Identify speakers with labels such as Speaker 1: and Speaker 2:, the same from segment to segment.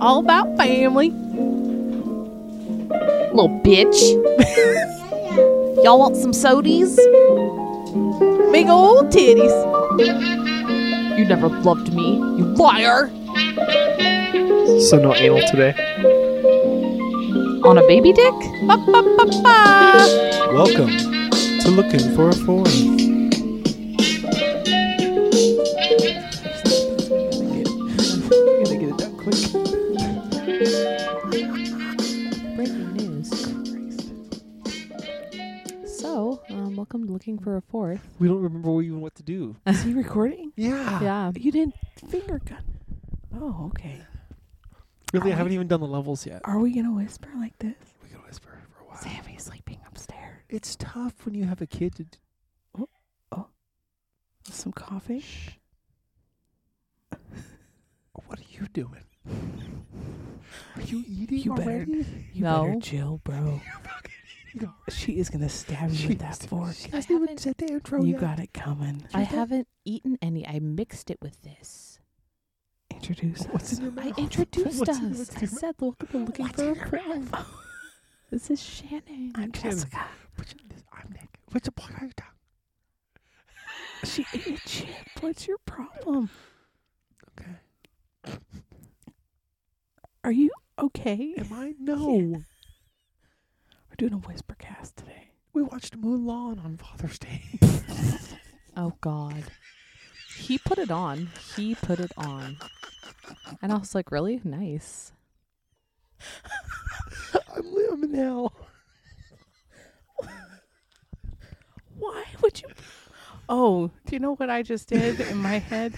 Speaker 1: All about family.
Speaker 2: Little bitch. Y'all want some sodies?
Speaker 1: Big old titties.
Speaker 2: You never loved me, you liar!
Speaker 3: So no anal today.
Speaker 2: On a baby dick?
Speaker 1: Ba, ba, ba, ba.
Speaker 4: Welcome to Looking for a Foreign.
Speaker 5: Breaking news. So, um, welcome to Looking for a Fourth.
Speaker 3: We don't remember even what to do.
Speaker 5: Is he recording?
Speaker 2: Ah,
Speaker 3: Yeah.
Speaker 5: yeah.
Speaker 1: You didn't finger gun.
Speaker 5: Oh, okay.
Speaker 3: Really, I haven't even done the levels yet.
Speaker 5: Are we going to whisper like this?
Speaker 3: We can whisper for a while.
Speaker 5: Sammy's sleeping upstairs.
Speaker 3: It's tough when you have a kid. To d-
Speaker 5: With some coffee?
Speaker 3: what are you doing? Are you eating
Speaker 5: You better-
Speaker 3: already?
Speaker 5: You better
Speaker 2: No.
Speaker 5: chill, bro.
Speaker 3: You
Speaker 5: She is going to stab you
Speaker 3: She is
Speaker 5: with that
Speaker 3: gonna
Speaker 5: fork.
Speaker 3: hasn't even said the intro
Speaker 5: You
Speaker 3: yet.
Speaker 5: got it coming.
Speaker 2: I haven't eaten any. I mixed it with this.
Speaker 5: Introduce
Speaker 3: What's
Speaker 5: us.
Speaker 3: in your
Speaker 2: I
Speaker 3: mouth?
Speaker 2: introduced
Speaker 3: What's
Speaker 2: us.
Speaker 3: in- what's in
Speaker 2: I
Speaker 3: your mouth?
Speaker 2: said, look, we're looking
Speaker 3: What's
Speaker 2: for
Speaker 3: in
Speaker 2: a
Speaker 3: your
Speaker 2: friend. This is Shannon.
Speaker 5: I'm
Speaker 3: Kim.
Speaker 5: Jessica.
Speaker 3: Put your- this- I'm Nick. What's the block on your tongue?
Speaker 5: She ate a chip. What's your problem?
Speaker 3: Okay.
Speaker 5: Are you okay?
Speaker 3: Am I? No.
Speaker 5: We're doing a whisper cast today.
Speaker 3: We watched Mulan on Father's Day.
Speaker 2: Oh, God. He put it on. He put it on. And I was like, really? Nice.
Speaker 3: I'm living now.
Speaker 5: Why would you? Oh, do you know what I just did in my head?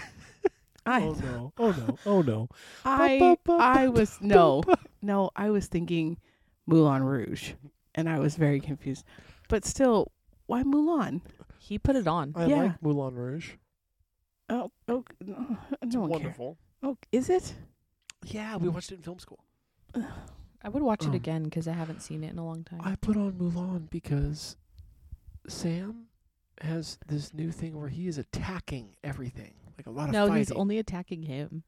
Speaker 5: I
Speaker 3: Oh no. Oh no. Oh no.
Speaker 5: I I was no no I was thinking Moulin Rouge, and I was very confused. But still, why Moulin?
Speaker 2: He put it on.
Speaker 3: I
Speaker 5: Yeah.
Speaker 3: like Moulin Rouge.
Speaker 5: Oh, oh no
Speaker 3: It's
Speaker 5: one cares.
Speaker 3: wonderful.
Speaker 5: Oh, is it?
Speaker 3: Yeah, we watched it in film school.
Speaker 2: I would watch
Speaker 5: Oh.
Speaker 3: Um,
Speaker 2: it again because I haven't seen it in a long time.
Speaker 3: I put on Mulan because Sam has this new thing where he is attacking everything, like a lot of
Speaker 2: no,
Speaker 3: fighting,
Speaker 2: he's only attacking him.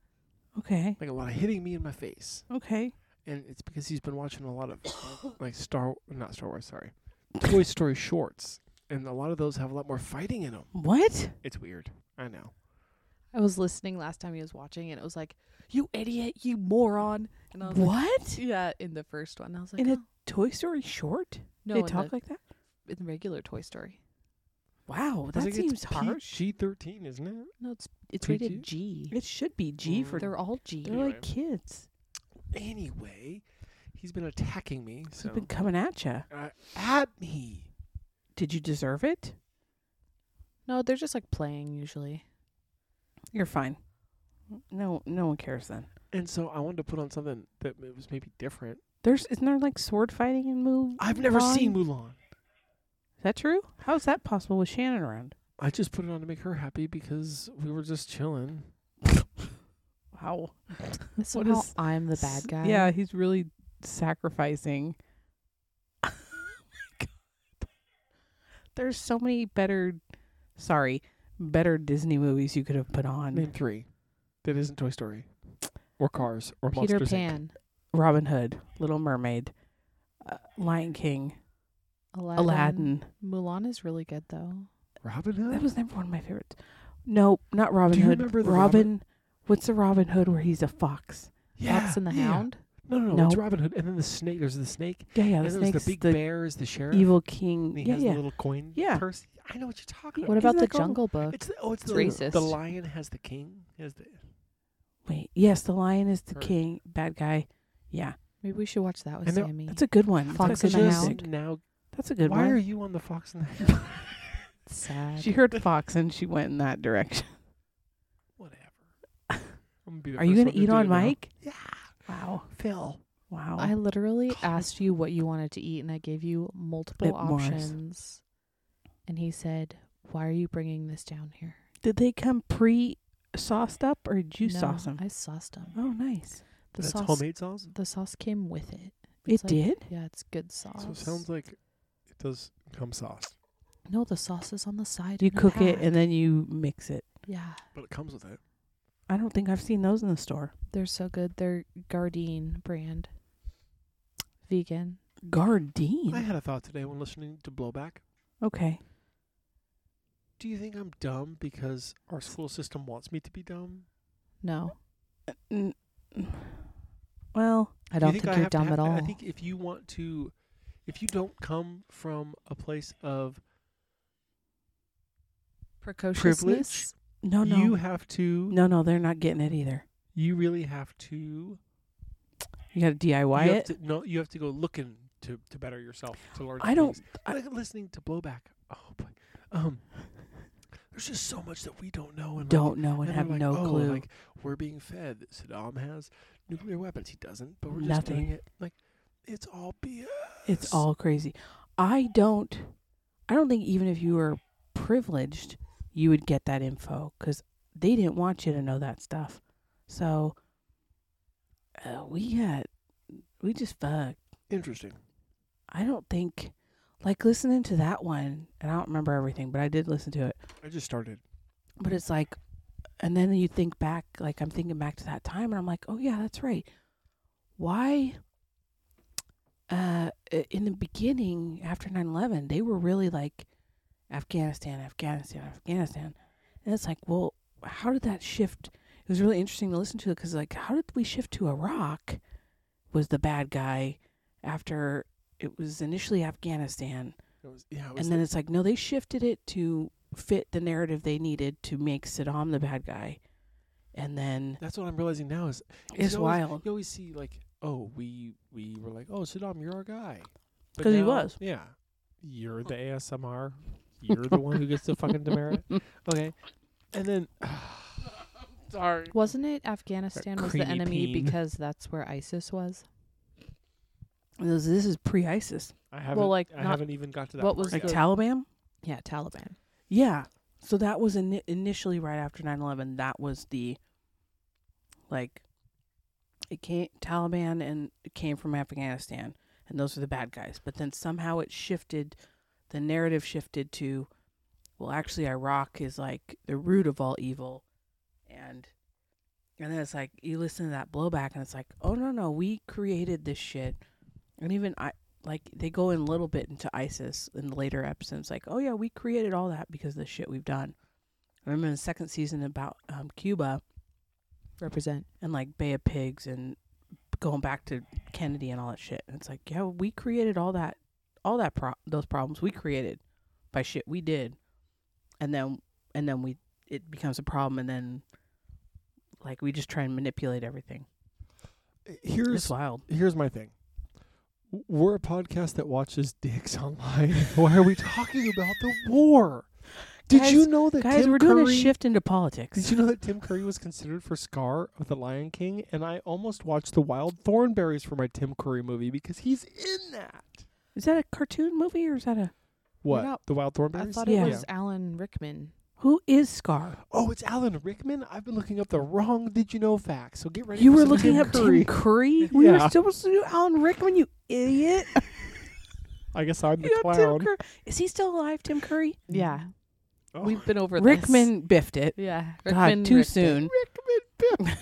Speaker 5: Okay,
Speaker 3: like a lot of hitting me in my face,
Speaker 5: okay.
Speaker 3: and it's because he's been watching a lot of like Star, not Star Wars, sorry, Toy Story shorts, and a lot of those have a lot more fighting in them.
Speaker 5: What?
Speaker 3: It's weird. I know.
Speaker 2: I was listening last time he was watching, and it was like, "You idiot, you moron!" And I was like,
Speaker 5: What?
Speaker 2: "Yeah." In the first one, I was like,
Speaker 5: In a
Speaker 2: "Oh,
Speaker 5: Toy Story short?
Speaker 2: no,
Speaker 5: they
Speaker 2: in,
Speaker 5: talk
Speaker 2: the,
Speaker 5: like that?
Speaker 2: in the regular Toy Story,
Speaker 5: Wow, that seems harsh.
Speaker 3: G thirteen, isn't it?
Speaker 2: no, it's it's
Speaker 3: PG?
Speaker 2: rated G.
Speaker 5: It should be G
Speaker 3: Mm.
Speaker 5: for. They're,
Speaker 2: They're all G.
Speaker 3: They're-
Speaker 5: like kids.
Speaker 3: Anyway, he's been attacking me. So
Speaker 5: They've been coming at you.
Speaker 3: uh, at me.
Speaker 5: Did you deserve it?
Speaker 2: No, they're just like playing usually.
Speaker 5: You're fine. No, no one cares then.
Speaker 3: And so I wanted to put on something that m- was maybe different.
Speaker 5: There's isn't there like sword fighting in Moulin?
Speaker 3: I've never seen Mulan.
Speaker 5: Is that true? How is that possible with Shannon around?
Speaker 3: I just put it on to make her happy because we were just chilling.
Speaker 5: Wow.
Speaker 2: Somehow
Speaker 5: is-
Speaker 2: I'm the
Speaker 5: S-
Speaker 2: bad guy.
Speaker 5: Yeah, he's really sacrificing. Oh my God. There's so many better, sorry, better Disney movies you could have put on.
Speaker 3: Name three that isn't Toy Story or Cars or
Speaker 2: Peter
Speaker 3: Monsters, Inc.
Speaker 2: Pan,
Speaker 5: Robin Hood, Little Mermaid, uh, Lion King,
Speaker 2: Aladdin.
Speaker 5: Aladdin.
Speaker 2: Mulan is really good though.
Speaker 3: Robin
Speaker 5: That
Speaker 3: Hood.
Speaker 5: was never one of my favorites. No, not Robin
Speaker 3: Do you
Speaker 5: Hood.
Speaker 3: remember the
Speaker 5: Robin?
Speaker 3: Robin-
Speaker 5: What's the Robin Hood where he's a fox?
Speaker 2: Fox and the
Speaker 3: yeah.
Speaker 2: Hound.
Speaker 3: No, no, no, It's
Speaker 5: No.
Speaker 3: Robin Hood, and then the snake. There's the snake.
Speaker 5: Yeah, yeah.
Speaker 3: and
Speaker 5: The
Speaker 3: then there's
Speaker 5: snake's
Speaker 3: the big
Speaker 5: the
Speaker 3: bear is the sheriff.
Speaker 5: evil
Speaker 3: And
Speaker 5: king.
Speaker 3: he
Speaker 5: Yeah,
Speaker 3: has
Speaker 5: yeah.
Speaker 3: the little coin.
Speaker 5: Yeah.
Speaker 3: Purse. I know what you're talking
Speaker 5: Yeah.
Speaker 2: What
Speaker 3: about.
Speaker 2: about the
Speaker 5: Isn't that called-
Speaker 2: Jungle Book?
Speaker 3: It's the, oh, it's,
Speaker 2: It's
Speaker 3: the, The
Speaker 2: racist.
Speaker 3: lion has the king. Has the
Speaker 5: Wait, yes, the lion is the
Speaker 3: Or-
Speaker 5: king, bad guy. Yeah,
Speaker 2: Maybe we should watch that with
Speaker 3: And they're-
Speaker 2: Sammy.
Speaker 5: that's a good one.
Speaker 2: Fox and
Speaker 5: that's a
Speaker 2: the
Speaker 5: good
Speaker 2: Hound.
Speaker 5: pick.
Speaker 3: Now,
Speaker 5: That's a good
Speaker 3: why
Speaker 5: one.
Speaker 3: are you on the Fox and the Hound?
Speaker 2: Sad.
Speaker 5: she heard fox and she went in that direction.
Speaker 3: Whatever. I'm gonna be the
Speaker 5: Are you
Speaker 3: first
Speaker 5: gonna
Speaker 3: one
Speaker 5: eat
Speaker 3: do
Speaker 5: on
Speaker 3: it now.
Speaker 5: Mike?
Speaker 3: Yeah.
Speaker 5: Wow,
Speaker 3: Phil.
Speaker 5: wow.
Speaker 2: I literally
Speaker 3: God.
Speaker 2: asked you what you wanted to eat, and I gave you multiple
Speaker 5: Lip Mars.
Speaker 2: options. And he said, "Why are you bringing this down here?"
Speaker 5: Did they come pre-sauced up or did you
Speaker 2: No,
Speaker 5: sauce them?
Speaker 2: I sauced them.
Speaker 5: oh, nice.
Speaker 2: The
Speaker 3: That's
Speaker 2: sauce,
Speaker 3: homemade sauce.
Speaker 2: the sauce came with it.
Speaker 5: It
Speaker 2: like-
Speaker 5: did.
Speaker 2: Yeah, it's good sauce.
Speaker 3: So it sounds like it does come sauce,
Speaker 2: no, the sauce is on the side.
Speaker 5: You
Speaker 2: in a
Speaker 5: cook it
Speaker 2: pack.
Speaker 5: and then you mix it.
Speaker 2: yeah,
Speaker 3: but it comes with it.
Speaker 5: I don't think I've seen those in the store.
Speaker 2: They're so good. They're Gardein brand. Vegan.
Speaker 3: I
Speaker 5: Gardein.
Speaker 3: had a thought today when listening to Blowback.
Speaker 5: Okay.
Speaker 3: Do you think I'm dumb because our school system wants me to be dumb?
Speaker 2: No.
Speaker 3: Uh,
Speaker 5: N- Well,
Speaker 2: I
Speaker 3: Do
Speaker 2: don't
Speaker 3: you
Speaker 2: think,
Speaker 3: I
Speaker 2: you're
Speaker 3: have to
Speaker 2: dumb
Speaker 3: have-
Speaker 2: at all.
Speaker 3: I think if you want to, if you don't come from a place of
Speaker 2: Precociousness.
Speaker 5: no,
Speaker 2: Oh,
Speaker 5: no,
Speaker 3: you have to,
Speaker 5: no, no. They're not getting it either.
Speaker 3: you really have to.
Speaker 5: You got to DIY
Speaker 3: you
Speaker 5: it.
Speaker 3: Have to, no, you have to go looking to to better yourself to learn.
Speaker 5: I don't.
Speaker 3: things. I like listening to Blowback. Oh boy, um, there's just so much that we don't know and like,
Speaker 5: don't know and
Speaker 3: And
Speaker 5: have
Speaker 3: I'm like,
Speaker 5: no
Speaker 3: oh,
Speaker 5: clue.
Speaker 3: Like we're being fed that Saddam has nuclear weapons. He doesn't, but we're just doing
Speaker 5: Nothing.
Speaker 3: it. Like it's all BS.
Speaker 5: It's all crazy. I don't. I don't think even if you were privileged, you would get that info because they didn't want you to know that stuff. So uh, we got we just fucked.
Speaker 3: interesting.
Speaker 5: I don't think like listening to that one, and I don't remember everything, but I did listen to it.
Speaker 3: I just started.
Speaker 5: But it's like, and then you think back, like I'm thinking back to that time, and I'm like, oh yeah, that's right. Why? Uh, i- in the beginning, after 9/11, they were really like Afghanistan, Afghanistan, Afghanistan, and it's like, well, how did that shift? It was really interesting to listen to it because, like, how did we shift to Iraq? Was the bad guy after it was initially Afghanistan?
Speaker 3: It was, yeah, it was
Speaker 5: and then it's like no they shifted it to fit the narrative they needed to make saddam the bad guy and then
Speaker 3: that's what I'm realizing now is
Speaker 5: it's
Speaker 3: you always-
Speaker 5: wild
Speaker 3: You always see like, oh, we we were like, oh, Saddam, you're our guy, But
Speaker 5: 'Cause he
Speaker 3: now-
Speaker 5: was.
Speaker 3: Yeah, you're the ASMR. You're the one who gets to fucking demerit. Okay, and then sorry.
Speaker 2: Wasn't it Afghanistan was the
Speaker 3: creamy
Speaker 2: enemy
Speaker 3: peen.
Speaker 2: because that's where ISIS was?
Speaker 5: this, this is pre-isis
Speaker 3: I haven't.
Speaker 2: like,
Speaker 3: I
Speaker 2: not-
Speaker 3: haven't even got to that.
Speaker 2: what
Speaker 3: part
Speaker 2: was
Speaker 3: yet.
Speaker 5: like
Speaker 2: the-
Speaker 5: taliban
Speaker 2: Yeah, Taliban.
Speaker 5: yeah so that was in- initially right after 9-11 that was the like it came taliban and it came from afghanistan and those are the bad guys but then somehow it shifted the narrative shifted to well actually iraq is like the root of all evil and and then it's like you listen to that blowback and it's like oh no no we created this shit and even i like they go in a little bit into isis in the later episodes like oh yeah we created all that because of the shit we've done i remember in the second season about um, cuba
Speaker 2: Represent.
Speaker 5: and like bay of pigs and going back to kennedy and all that shit and it's like yeah we created all that all that pro- those problems we created by shit we did and then and then we it becomes a problem and then like we just try and manipulate everything it's
Speaker 3: Here's
Speaker 5: wild
Speaker 3: here's my thing. W- We're a podcast that watches dicks online. Why are we talking about the war? Did
Speaker 5: Guys-
Speaker 3: you know that
Speaker 5: guys
Speaker 3: Tim
Speaker 5: we're
Speaker 3: Curry,
Speaker 5: doing a shift into
Speaker 3: Did
Speaker 5: politics
Speaker 3: you know that Tim Curry was considered for Scar of the Lion King? And I almost watched The Wild Thornberries for my Tim Curry movie because he's in that.
Speaker 5: is that a cartoon movie or is that a
Speaker 3: What?
Speaker 2: not-
Speaker 3: the
Speaker 2: I
Speaker 3: Wild Thornberries?
Speaker 2: thought
Speaker 5: Yeah.
Speaker 2: it was Alan Rickman.
Speaker 5: who is scar
Speaker 3: oh, it's Alan Rickman. I've been looking up the wrong Did You Know facts. So get ready
Speaker 5: you
Speaker 3: for
Speaker 5: were
Speaker 3: some
Speaker 5: looking
Speaker 3: Tim
Speaker 5: up
Speaker 3: Curry.
Speaker 5: tim curry we
Speaker 3: Yeah.
Speaker 5: were supposed to do alan rickman you idiot
Speaker 3: I guess I'm the
Speaker 5: you got tim
Speaker 3: clown.
Speaker 5: curry is he still alive tim curry
Speaker 2: Yeah.
Speaker 3: Oh.
Speaker 2: We've been over this.
Speaker 5: rickman biffed it
Speaker 2: Yeah.
Speaker 5: god too
Speaker 2: ricked it.
Speaker 5: soon
Speaker 3: Rickman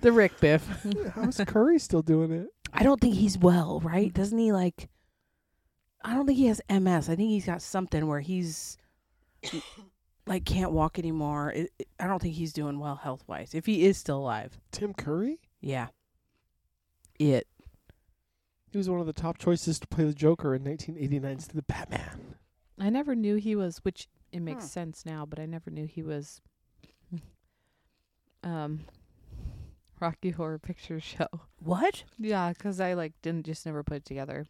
Speaker 5: the rick biff
Speaker 3: Biff. How's Curry still doing it?
Speaker 5: I don't think he's well, right? Doesn't he like? I don't think he has MS. I think he's got something where he's like can't walk anymore. It, it- I don't think he's doing well health wise. If he is still alive,
Speaker 3: Tim Curry?
Speaker 5: yeah. It
Speaker 3: He was one of the top choices to play the Joker in 1989's The Batman.
Speaker 2: I never knew he was, which it makes
Speaker 5: Huh.
Speaker 2: sense now, but I never knew he was. Um, Rocky Horror Picture Show.
Speaker 5: what
Speaker 2: Yeah, 'cause I like didn't just never put it together.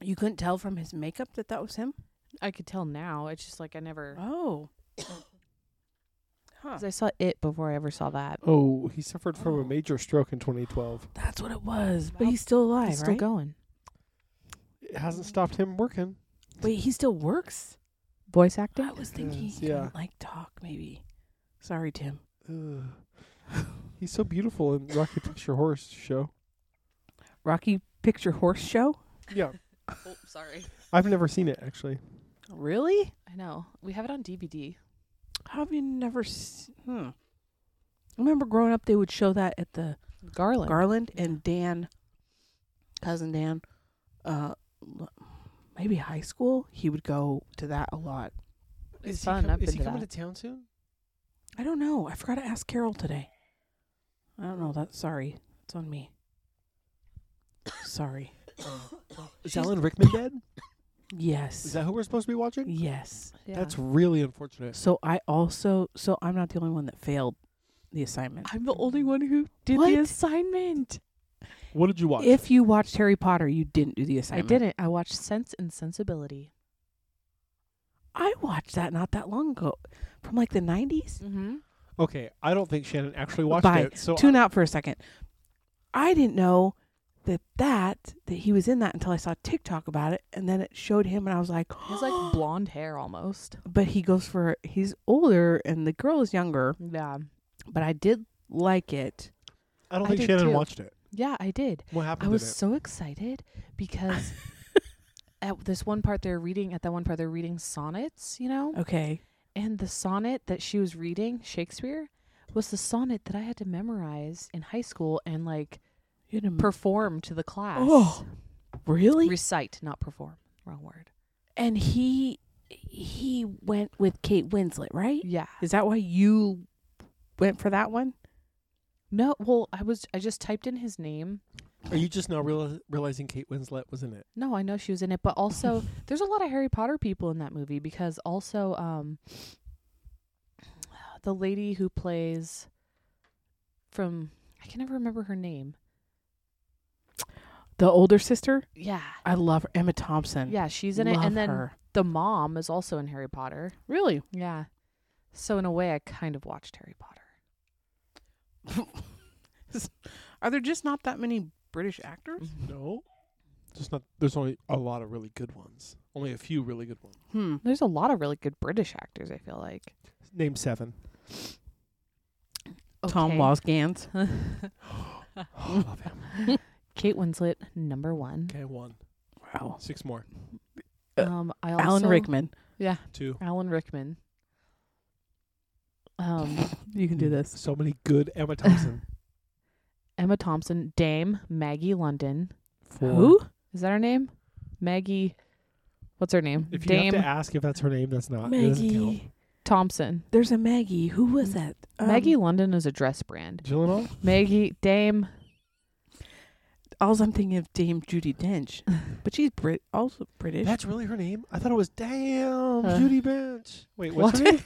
Speaker 5: you couldn't tell from his makeup that that was him.
Speaker 2: I could tell now. It's just like I never.
Speaker 5: Oh, huh?
Speaker 2: 'cause I saw it before I ever saw that.
Speaker 3: Oh, he suffered from
Speaker 5: Oh.
Speaker 3: a major stroke in 2012.
Speaker 5: That's what it was. But he's still alive,
Speaker 2: It's still
Speaker 5: right?
Speaker 2: going.
Speaker 3: It hasn't stopped him working.
Speaker 5: Wait, he still works.
Speaker 2: Voice acting.
Speaker 5: I was thinking
Speaker 3: Yes,
Speaker 5: he
Speaker 3: yeah.
Speaker 5: couldn't like talk. Maybe. Sorry, Tim.
Speaker 3: Ugh. He's so beautiful in Rocky Picture Horse Show.
Speaker 5: Rocky Picture Horse Show.
Speaker 3: Yeah,
Speaker 2: Oh, sorry.
Speaker 3: I've never seen it actually.
Speaker 5: Really?
Speaker 2: I know. We have it on DVD.
Speaker 5: How have you never? s hmm. I remember growing up, they would show that at the
Speaker 2: Garland.
Speaker 5: Garland and Dan, cousin Dan, uh, l- maybe high school. He would go to that a lot.
Speaker 2: It's
Speaker 3: is
Speaker 2: fun.
Speaker 3: He com-
Speaker 2: I've
Speaker 3: is
Speaker 2: been
Speaker 3: he
Speaker 2: to
Speaker 3: coming
Speaker 2: that.
Speaker 3: to town soon?
Speaker 5: I don't know. I forgot to ask Carol today. I don't know. That sorry, it's on me. sorry.
Speaker 3: Is Alan Rickman dead? Is
Speaker 5: Yes.
Speaker 3: that who we're supposed to be watching?
Speaker 5: yes.
Speaker 2: Yeah.
Speaker 3: That's really unfortunate.
Speaker 5: So I also so I'm not the only one that failed the assignment.
Speaker 1: I'm the only one who did
Speaker 2: What?
Speaker 1: the assignment.
Speaker 3: What did you watch?
Speaker 5: If you watched Harry Potter, you didn't do the
Speaker 2: I
Speaker 5: assignment.
Speaker 2: didn't. I watched Sense and Sensibility.
Speaker 5: I watched that not that long ago, from like the 90s.
Speaker 2: Mm-hmm.
Speaker 3: okay, I don't think Shannon actually watched
Speaker 5: Bye.
Speaker 3: it. So
Speaker 5: tune out for a second. I didn't know that that that he was in that until I saw TikTok about it, and then it showed him, and I was like,
Speaker 2: It's like blonde hair almost.
Speaker 5: but he goes for he's older and the girl is younger,
Speaker 2: Yeah.
Speaker 5: but I did like it.
Speaker 3: I don't
Speaker 2: I
Speaker 3: think
Speaker 2: did
Speaker 3: Shannon
Speaker 2: too.
Speaker 3: watched it.
Speaker 2: Yeah, I did.
Speaker 3: What
Speaker 2: I
Speaker 3: happened
Speaker 2: was
Speaker 3: in it?
Speaker 2: so excited because at this one part they're reading at that one part they're reading sonnets, you know?
Speaker 5: Okay,
Speaker 2: And the sonnet that she was reading, Shakespeare, was the sonnet that I had to memorize in high school and like
Speaker 5: you
Speaker 2: Mm.
Speaker 5: didn't
Speaker 2: perform to the class.
Speaker 5: Oh, really?
Speaker 2: Recite, not perform. Wrong word.
Speaker 5: and he he went with Kate Winslet, right?
Speaker 2: Yeah.
Speaker 5: Is that why you went for that one?
Speaker 2: No, well, I was I just typed in his name.
Speaker 3: Are you just now reali- realizing Kate Winslet was in it?
Speaker 2: No, I know she was in it, but also there's a lot of Harry Potter people in that movie because also um the lady who plays from I can never remember her name.
Speaker 5: The older sister?
Speaker 2: Yeah.
Speaker 5: I love her. Emma Thompson.
Speaker 2: Yeah, she's in it
Speaker 5: Love
Speaker 2: and then
Speaker 5: her.
Speaker 2: the mom is also in Harry Potter.
Speaker 5: really
Speaker 2: Yeah. So in a way I kind of watched Harry Potter.
Speaker 5: Are there just not that many British actors?
Speaker 2: Mm-hmm.
Speaker 3: No. Just not. There's only a lot of really good ones. Only a few really good ones.
Speaker 5: Hmm.
Speaker 2: There's a lot of really good British actors, I feel like.
Speaker 3: Name seven.
Speaker 5: Tom
Speaker 2: Okay.
Speaker 5: Walsgans.
Speaker 3: Love him.
Speaker 2: Kate Winslet, number one.
Speaker 3: Okay, one,
Speaker 5: Wow.
Speaker 3: six more,
Speaker 5: Uh,
Speaker 2: Um I also
Speaker 5: Alan Rickman.
Speaker 2: Yeah.
Speaker 3: two.
Speaker 2: Alan Rickman. Um,
Speaker 5: You can do this.
Speaker 3: Hmm. So many good Emma Thompson.
Speaker 2: Emma Thompson, Dame Maggie London.
Speaker 3: Four.
Speaker 5: Who?
Speaker 2: Is that her name? Maggie. What's her name?
Speaker 3: If you
Speaker 2: Dame
Speaker 3: have to ask if that's her name, that's not. It doesn't count.
Speaker 5: Maggie.
Speaker 2: Thompson.
Speaker 5: There's a Maggie. Who was that? Um,
Speaker 2: Maggie London is a dress brand.
Speaker 3: Gyllenhaal.
Speaker 2: Maggie Dame.
Speaker 5: Alls I'm thinking of Dame Judy Dench, but she's Brit, also British.
Speaker 3: That's really her name. I thought it was damn
Speaker 2: Huh.
Speaker 3: Judy Bench. Wait, what's her name?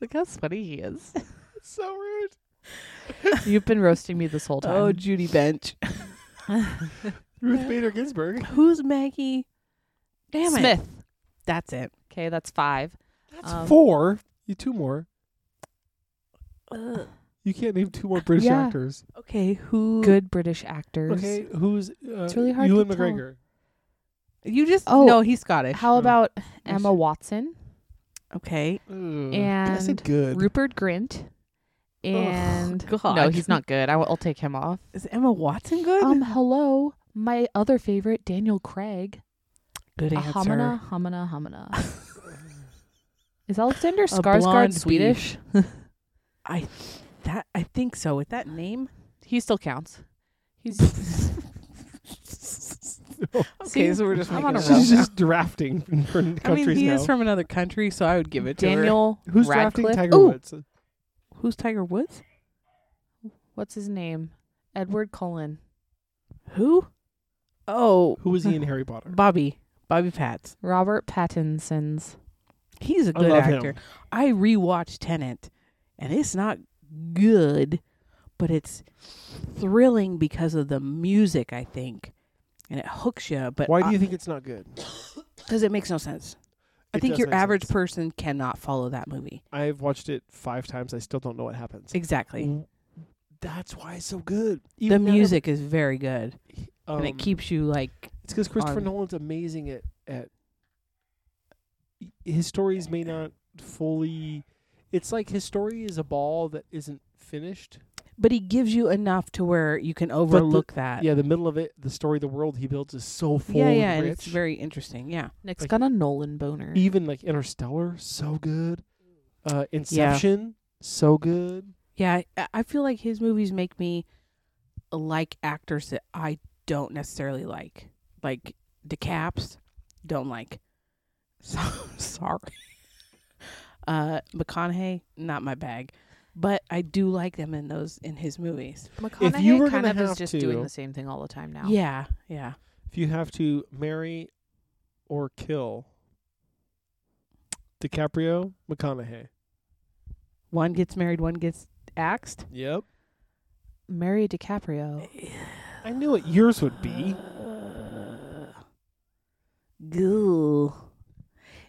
Speaker 2: Look how sweaty he is.
Speaker 3: so rude.
Speaker 2: You've been roasting me this whole time.
Speaker 5: oh, Judy Bench.
Speaker 3: Ruth Bader Ginsburg.
Speaker 5: Who's Maggie? Damn it.
Speaker 2: Smith.
Speaker 5: That's it.
Speaker 2: Okay, that's five.
Speaker 3: That's
Speaker 2: Um,
Speaker 3: four. You two more.
Speaker 5: Ugh.
Speaker 3: You can't name two more British
Speaker 2: Yeah.
Speaker 3: actors.
Speaker 5: uh, Okay, who?
Speaker 2: Good British actors.
Speaker 3: Okay, who's? Uh, it's
Speaker 2: really hard
Speaker 3: Ewan
Speaker 2: to tell.
Speaker 3: McGregor.
Speaker 5: You just.
Speaker 2: Oh.
Speaker 5: no, he's Scottish.
Speaker 2: How
Speaker 3: Uh,
Speaker 2: about Emma Watson
Speaker 5: okay.
Speaker 3: Ugh. I
Speaker 2: and
Speaker 3: said good.
Speaker 2: Rupert Grint? And
Speaker 5: God.
Speaker 2: no, he's not good. I will, I'll take him off.
Speaker 5: Is Emma Watson good?
Speaker 2: Um, hello, my other favorite, Daniel Craig.
Speaker 5: good
Speaker 2: A
Speaker 5: answer.
Speaker 2: Hamina, hamina, hamina. Is Alexander
Speaker 5: blonde
Speaker 2: Skarsgård
Speaker 5: weeb.
Speaker 2: Swedish?
Speaker 5: I that I think so. With that name.
Speaker 2: he still counts. He's
Speaker 5: okay, so we're just
Speaker 2: I'm
Speaker 5: making
Speaker 2: on a
Speaker 5: it
Speaker 2: roll.
Speaker 5: up.
Speaker 3: She's just drafting for countries
Speaker 5: I mean, he
Speaker 3: now.
Speaker 5: is from another country, so I would give it to her.
Speaker 2: Daniel
Speaker 3: Who's
Speaker 2: Radcliffe.
Speaker 3: drafting Tiger
Speaker 5: Ooh.
Speaker 3: Woods?
Speaker 5: Who's Tiger Woods?
Speaker 2: What's his name? Edward Cullen.
Speaker 5: Who? Oh,
Speaker 3: Who was he in Harry Potter?
Speaker 5: Bobby. Bobby Pats.
Speaker 2: Robert Pattinson's.
Speaker 5: He's a
Speaker 3: I
Speaker 5: good
Speaker 3: love
Speaker 5: actor.
Speaker 3: him.
Speaker 5: I rewatched Tenant, and it's not good, but it's thrilling because of the music. I think, and it hooks you. But
Speaker 3: Why do you think it's not good?
Speaker 5: Because it makes no sense. I
Speaker 3: It
Speaker 5: think
Speaker 3: does
Speaker 5: your
Speaker 3: make
Speaker 5: average
Speaker 3: sense.
Speaker 5: person cannot follow that movie.
Speaker 3: I've watched it five times. I still don't know what happens.
Speaker 5: Exactly.
Speaker 3: W- That's why it's so good.
Speaker 5: The
Speaker 3: Even that-
Speaker 5: music is very good,
Speaker 3: um,
Speaker 5: and it keeps you like
Speaker 3: It's because Christopher
Speaker 5: on-
Speaker 3: Nolan's amazing at at his stories may not fully. It's like his story is a ball that isn't finished.
Speaker 5: but he gives you enough to where you can overlook that.
Speaker 3: Yeah, the middle of it, the story, the world he builds is so full.
Speaker 5: yeah,
Speaker 3: and
Speaker 5: yeah, and
Speaker 3: rich.
Speaker 5: it's very interesting. Yeah,
Speaker 2: Nick's
Speaker 3: Like-
Speaker 2: got a Nolan boner.
Speaker 3: even like Interstellar, so good. Uh, Inception, so good.
Speaker 5: Yeah, I, I feel like his movies make me like actors that I don't necessarily like. Like DeCaps, don't like. So sorry. Uh McConaughey, not my bag. But I do like them in those in his movies.
Speaker 3: If you were
Speaker 2: McConaughey kind
Speaker 3: gonna
Speaker 2: of is
Speaker 3: have
Speaker 2: just
Speaker 3: to-
Speaker 2: doing the same thing all the time now.
Speaker 5: Yeah, yeah.
Speaker 3: If you have to marry or kill DiCaprio, McConaughey.
Speaker 5: One gets married, one gets axed.
Speaker 3: Yep.
Speaker 2: Mary DiCaprio.
Speaker 3: I knew what yours would be.
Speaker 5: Goo.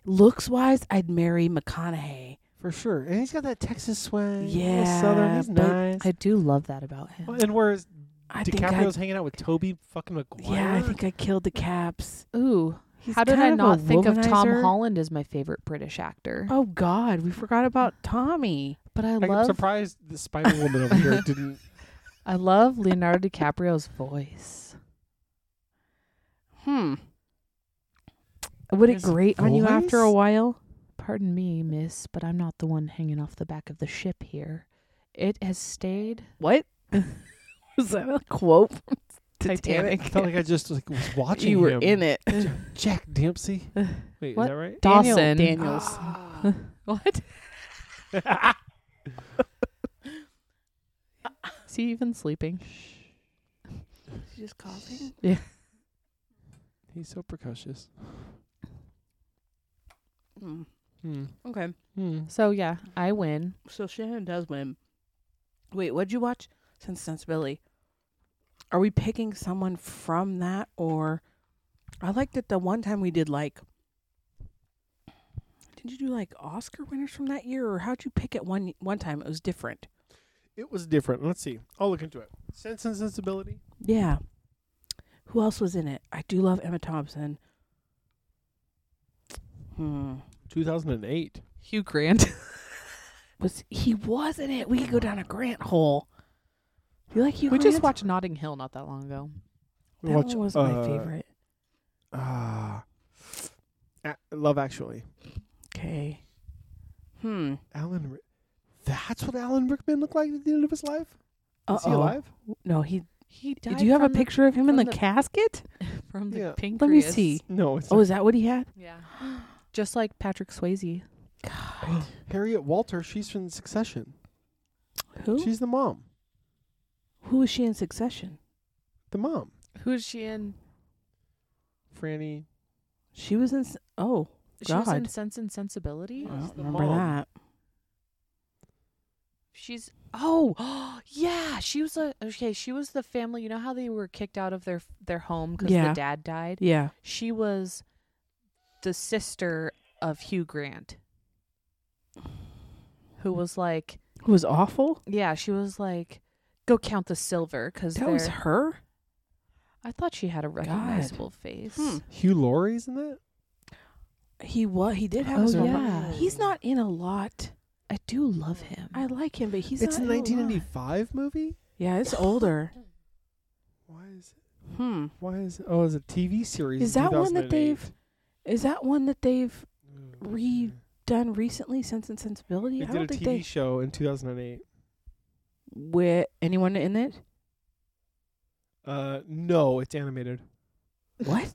Speaker 5: Looks wise, I'd marry McConaughey.
Speaker 3: For sure. And he's got that Texas swag. he's a little
Speaker 5: Yeah,
Speaker 3: Southern. He's
Speaker 5: but
Speaker 3: nice.
Speaker 2: I do love that about him.
Speaker 3: Well, and whereas
Speaker 5: I think I-
Speaker 3: DiCaprio's hanging out with Toby fucking McGuire.
Speaker 5: Yeah, I think I killed the caps.
Speaker 2: Ooh,
Speaker 5: He's
Speaker 2: how did I
Speaker 5: kind a
Speaker 2: not think of Tom
Speaker 5: womanizer.
Speaker 2: Holland as my favorite British actor?
Speaker 5: Oh God, we forgot about Tommy.
Speaker 2: but I
Speaker 3: I'm
Speaker 2: love
Speaker 3: surprised the Spider Woman over here didn't.
Speaker 2: I love Leonardo DiCaprio's voice.
Speaker 5: Hmm. Would it
Speaker 3: His
Speaker 5: grate on you after a
Speaker 3: voice?
Speaker 5: while?
Speaker 2: Pardon me, miss, but I'm not the one hanging off the back of the ship here. It has stayed.
Speaker 5: What? Was that a quote from Titanic?
Speaker 3: I felt like I just like was watching
Speaker 5: you were
Speaker 3: him.
Speaker 5: in it.
Speaker 3: Jack Dempsey. Wait, is
Speaker 2: What?
Speaker 3: that right?
Speaker 5: Daniel
Speaker 2: Dawson.
Speaker 5: Daniels.
Speaker 3: Ah.
Speaker 2: What?
Speaker 5: Ah.
Speaker 2: Is he even sleeping?
Speaker 5: just coughing.
Speaker 3: He's so precocious.
Speaker 5: Mm.
Speaker 3: Hmm.
Speaker 5: Okay,
Speaker 3: Hmm.
Speaker 2: So yeah, I win.
Speaker 5: so Shannon does win. Wait, what'd you watch? Since Sensibility. Are we picking someone from that, or I liked it the one time we did like. Did you do like Oscar winners from that year, or how'd you pick it one one time? It was different.
Speaker 3: It was different. Let's see. I'll look into it. Sense and Sensibility.
Speaker 5: Yeah. Who else was in it? I do love Emma Thompson. Hmm.
Speaker 3: 2008.
Speaker 2: Hugh Grant.
Speaker 5: Was he was in it? We could go down a Grant hole. Do you like Hugh?
Speaker 2: we just
Speaker 5: Grant?
Speaker 2: watched Notting Hill not that long ago.
Speaker 5: That
Speaker 3: Watch,
Speaker 5: one was
Speaker 3: uh,
Speaker 5: my favorite.
Speaker 3: Ah. A- Love Actually.
Speaker 5: Okay. Hmm.
Speaker 3: Alan. Ri- That's what Alan Rickman looked like at the end of his life. Is he
Speaker 5: Uh-oh.
Speaker 3: alive?
Speaker 5: No, he.
Speaker 2: He died.
Speaker 5: Do you have a
Speaker 2: from the-
Speaker 5: picture of him in
Speaker 2: from
Speaker 5: the,
Speaker 2: the-
Speaker 5: casket?
Speaker 2: from the
Speaker 3: Yeah.
Speaker 2: pancreas?
Speaker 5: Let me see.
Speaker 3: No, it's
Speaker 5: Oh,
Speaker 3: not.
Speaker 5: is that what he had?
Speaker 2: Yeah, just like Patrick Swayze.
Speaker 5: God.
Speaker 3: Harriet Walter. She's from Succession.
Speaker 5: Who?
Speaker 3: She's the mom.
Speaker 5: Who is she in Succession?
Speaker 3: The mom.
Speaker 2: Who's she in?
Speaker 3: Franny.
Speaker 5: She was in. s- Oh,
Speaker 2: She was in
Speaker 5: God.
Speaker 2: Sense and Sensibility.
Speaker 5: I
Speaker 3: She's
Speaker 5: don't
Speaker 3: the
Speaker 5: remember
Speaker 3: mom.
Speaker 5: that.
Speaker 2: She's oh yeah, she was a okay. She was the family. You know how they were kicked out of their their home because
Speaker 5: Yeah.
Speaker 2: the dad died.
Speaker 5: Yeah.
Speaker 2: She was the sister of Hugh Grant, who was like
Speaker 5: Who was awful?
Speaker 2: yeah, she was like go count the silver because
Speaker 5: That was her.
Speaker 2: I thought she had a recognizable face.
Speaker 5: Hmm.
Speaker 3: Hugh Laurie's in that.
Speaker 5: He was. He did have.
Speaker 2: Oh,
Speaker 5: his own
Speaker 2: yeah.
Speaker 5: pro- He's not in a lot.
Speaker 2: I do love him.
Speaker 5: I like him, but he's
Speaker 3: it's a
Speaker 5: not in a lot.
Speaker 3: 1995 movie.
Speaker 5: Yeah, it's older.
Speaker 3: Why is it?
Speaker 5: hmm.
Speaker 3: Why is it? Oh, it's a TV series.
Speaker 5: Is
Speaker 3: in
Speaker 5: that one
Speaker 3: 2008.
Speaker 5: that they've- Is that one that they've re- done recently? Sense and Sensibility.
Speaker 3: They
Speaker 5: I
Speaker 3: did a
Speaker 5: don't think
Speaker 3: TV
Speaker 5: they.
Speaker 3: show in 2008.
Speaker 5: with anyone in it?
Speaker 3: Uh, no, it's animated.
Speaker 5: What?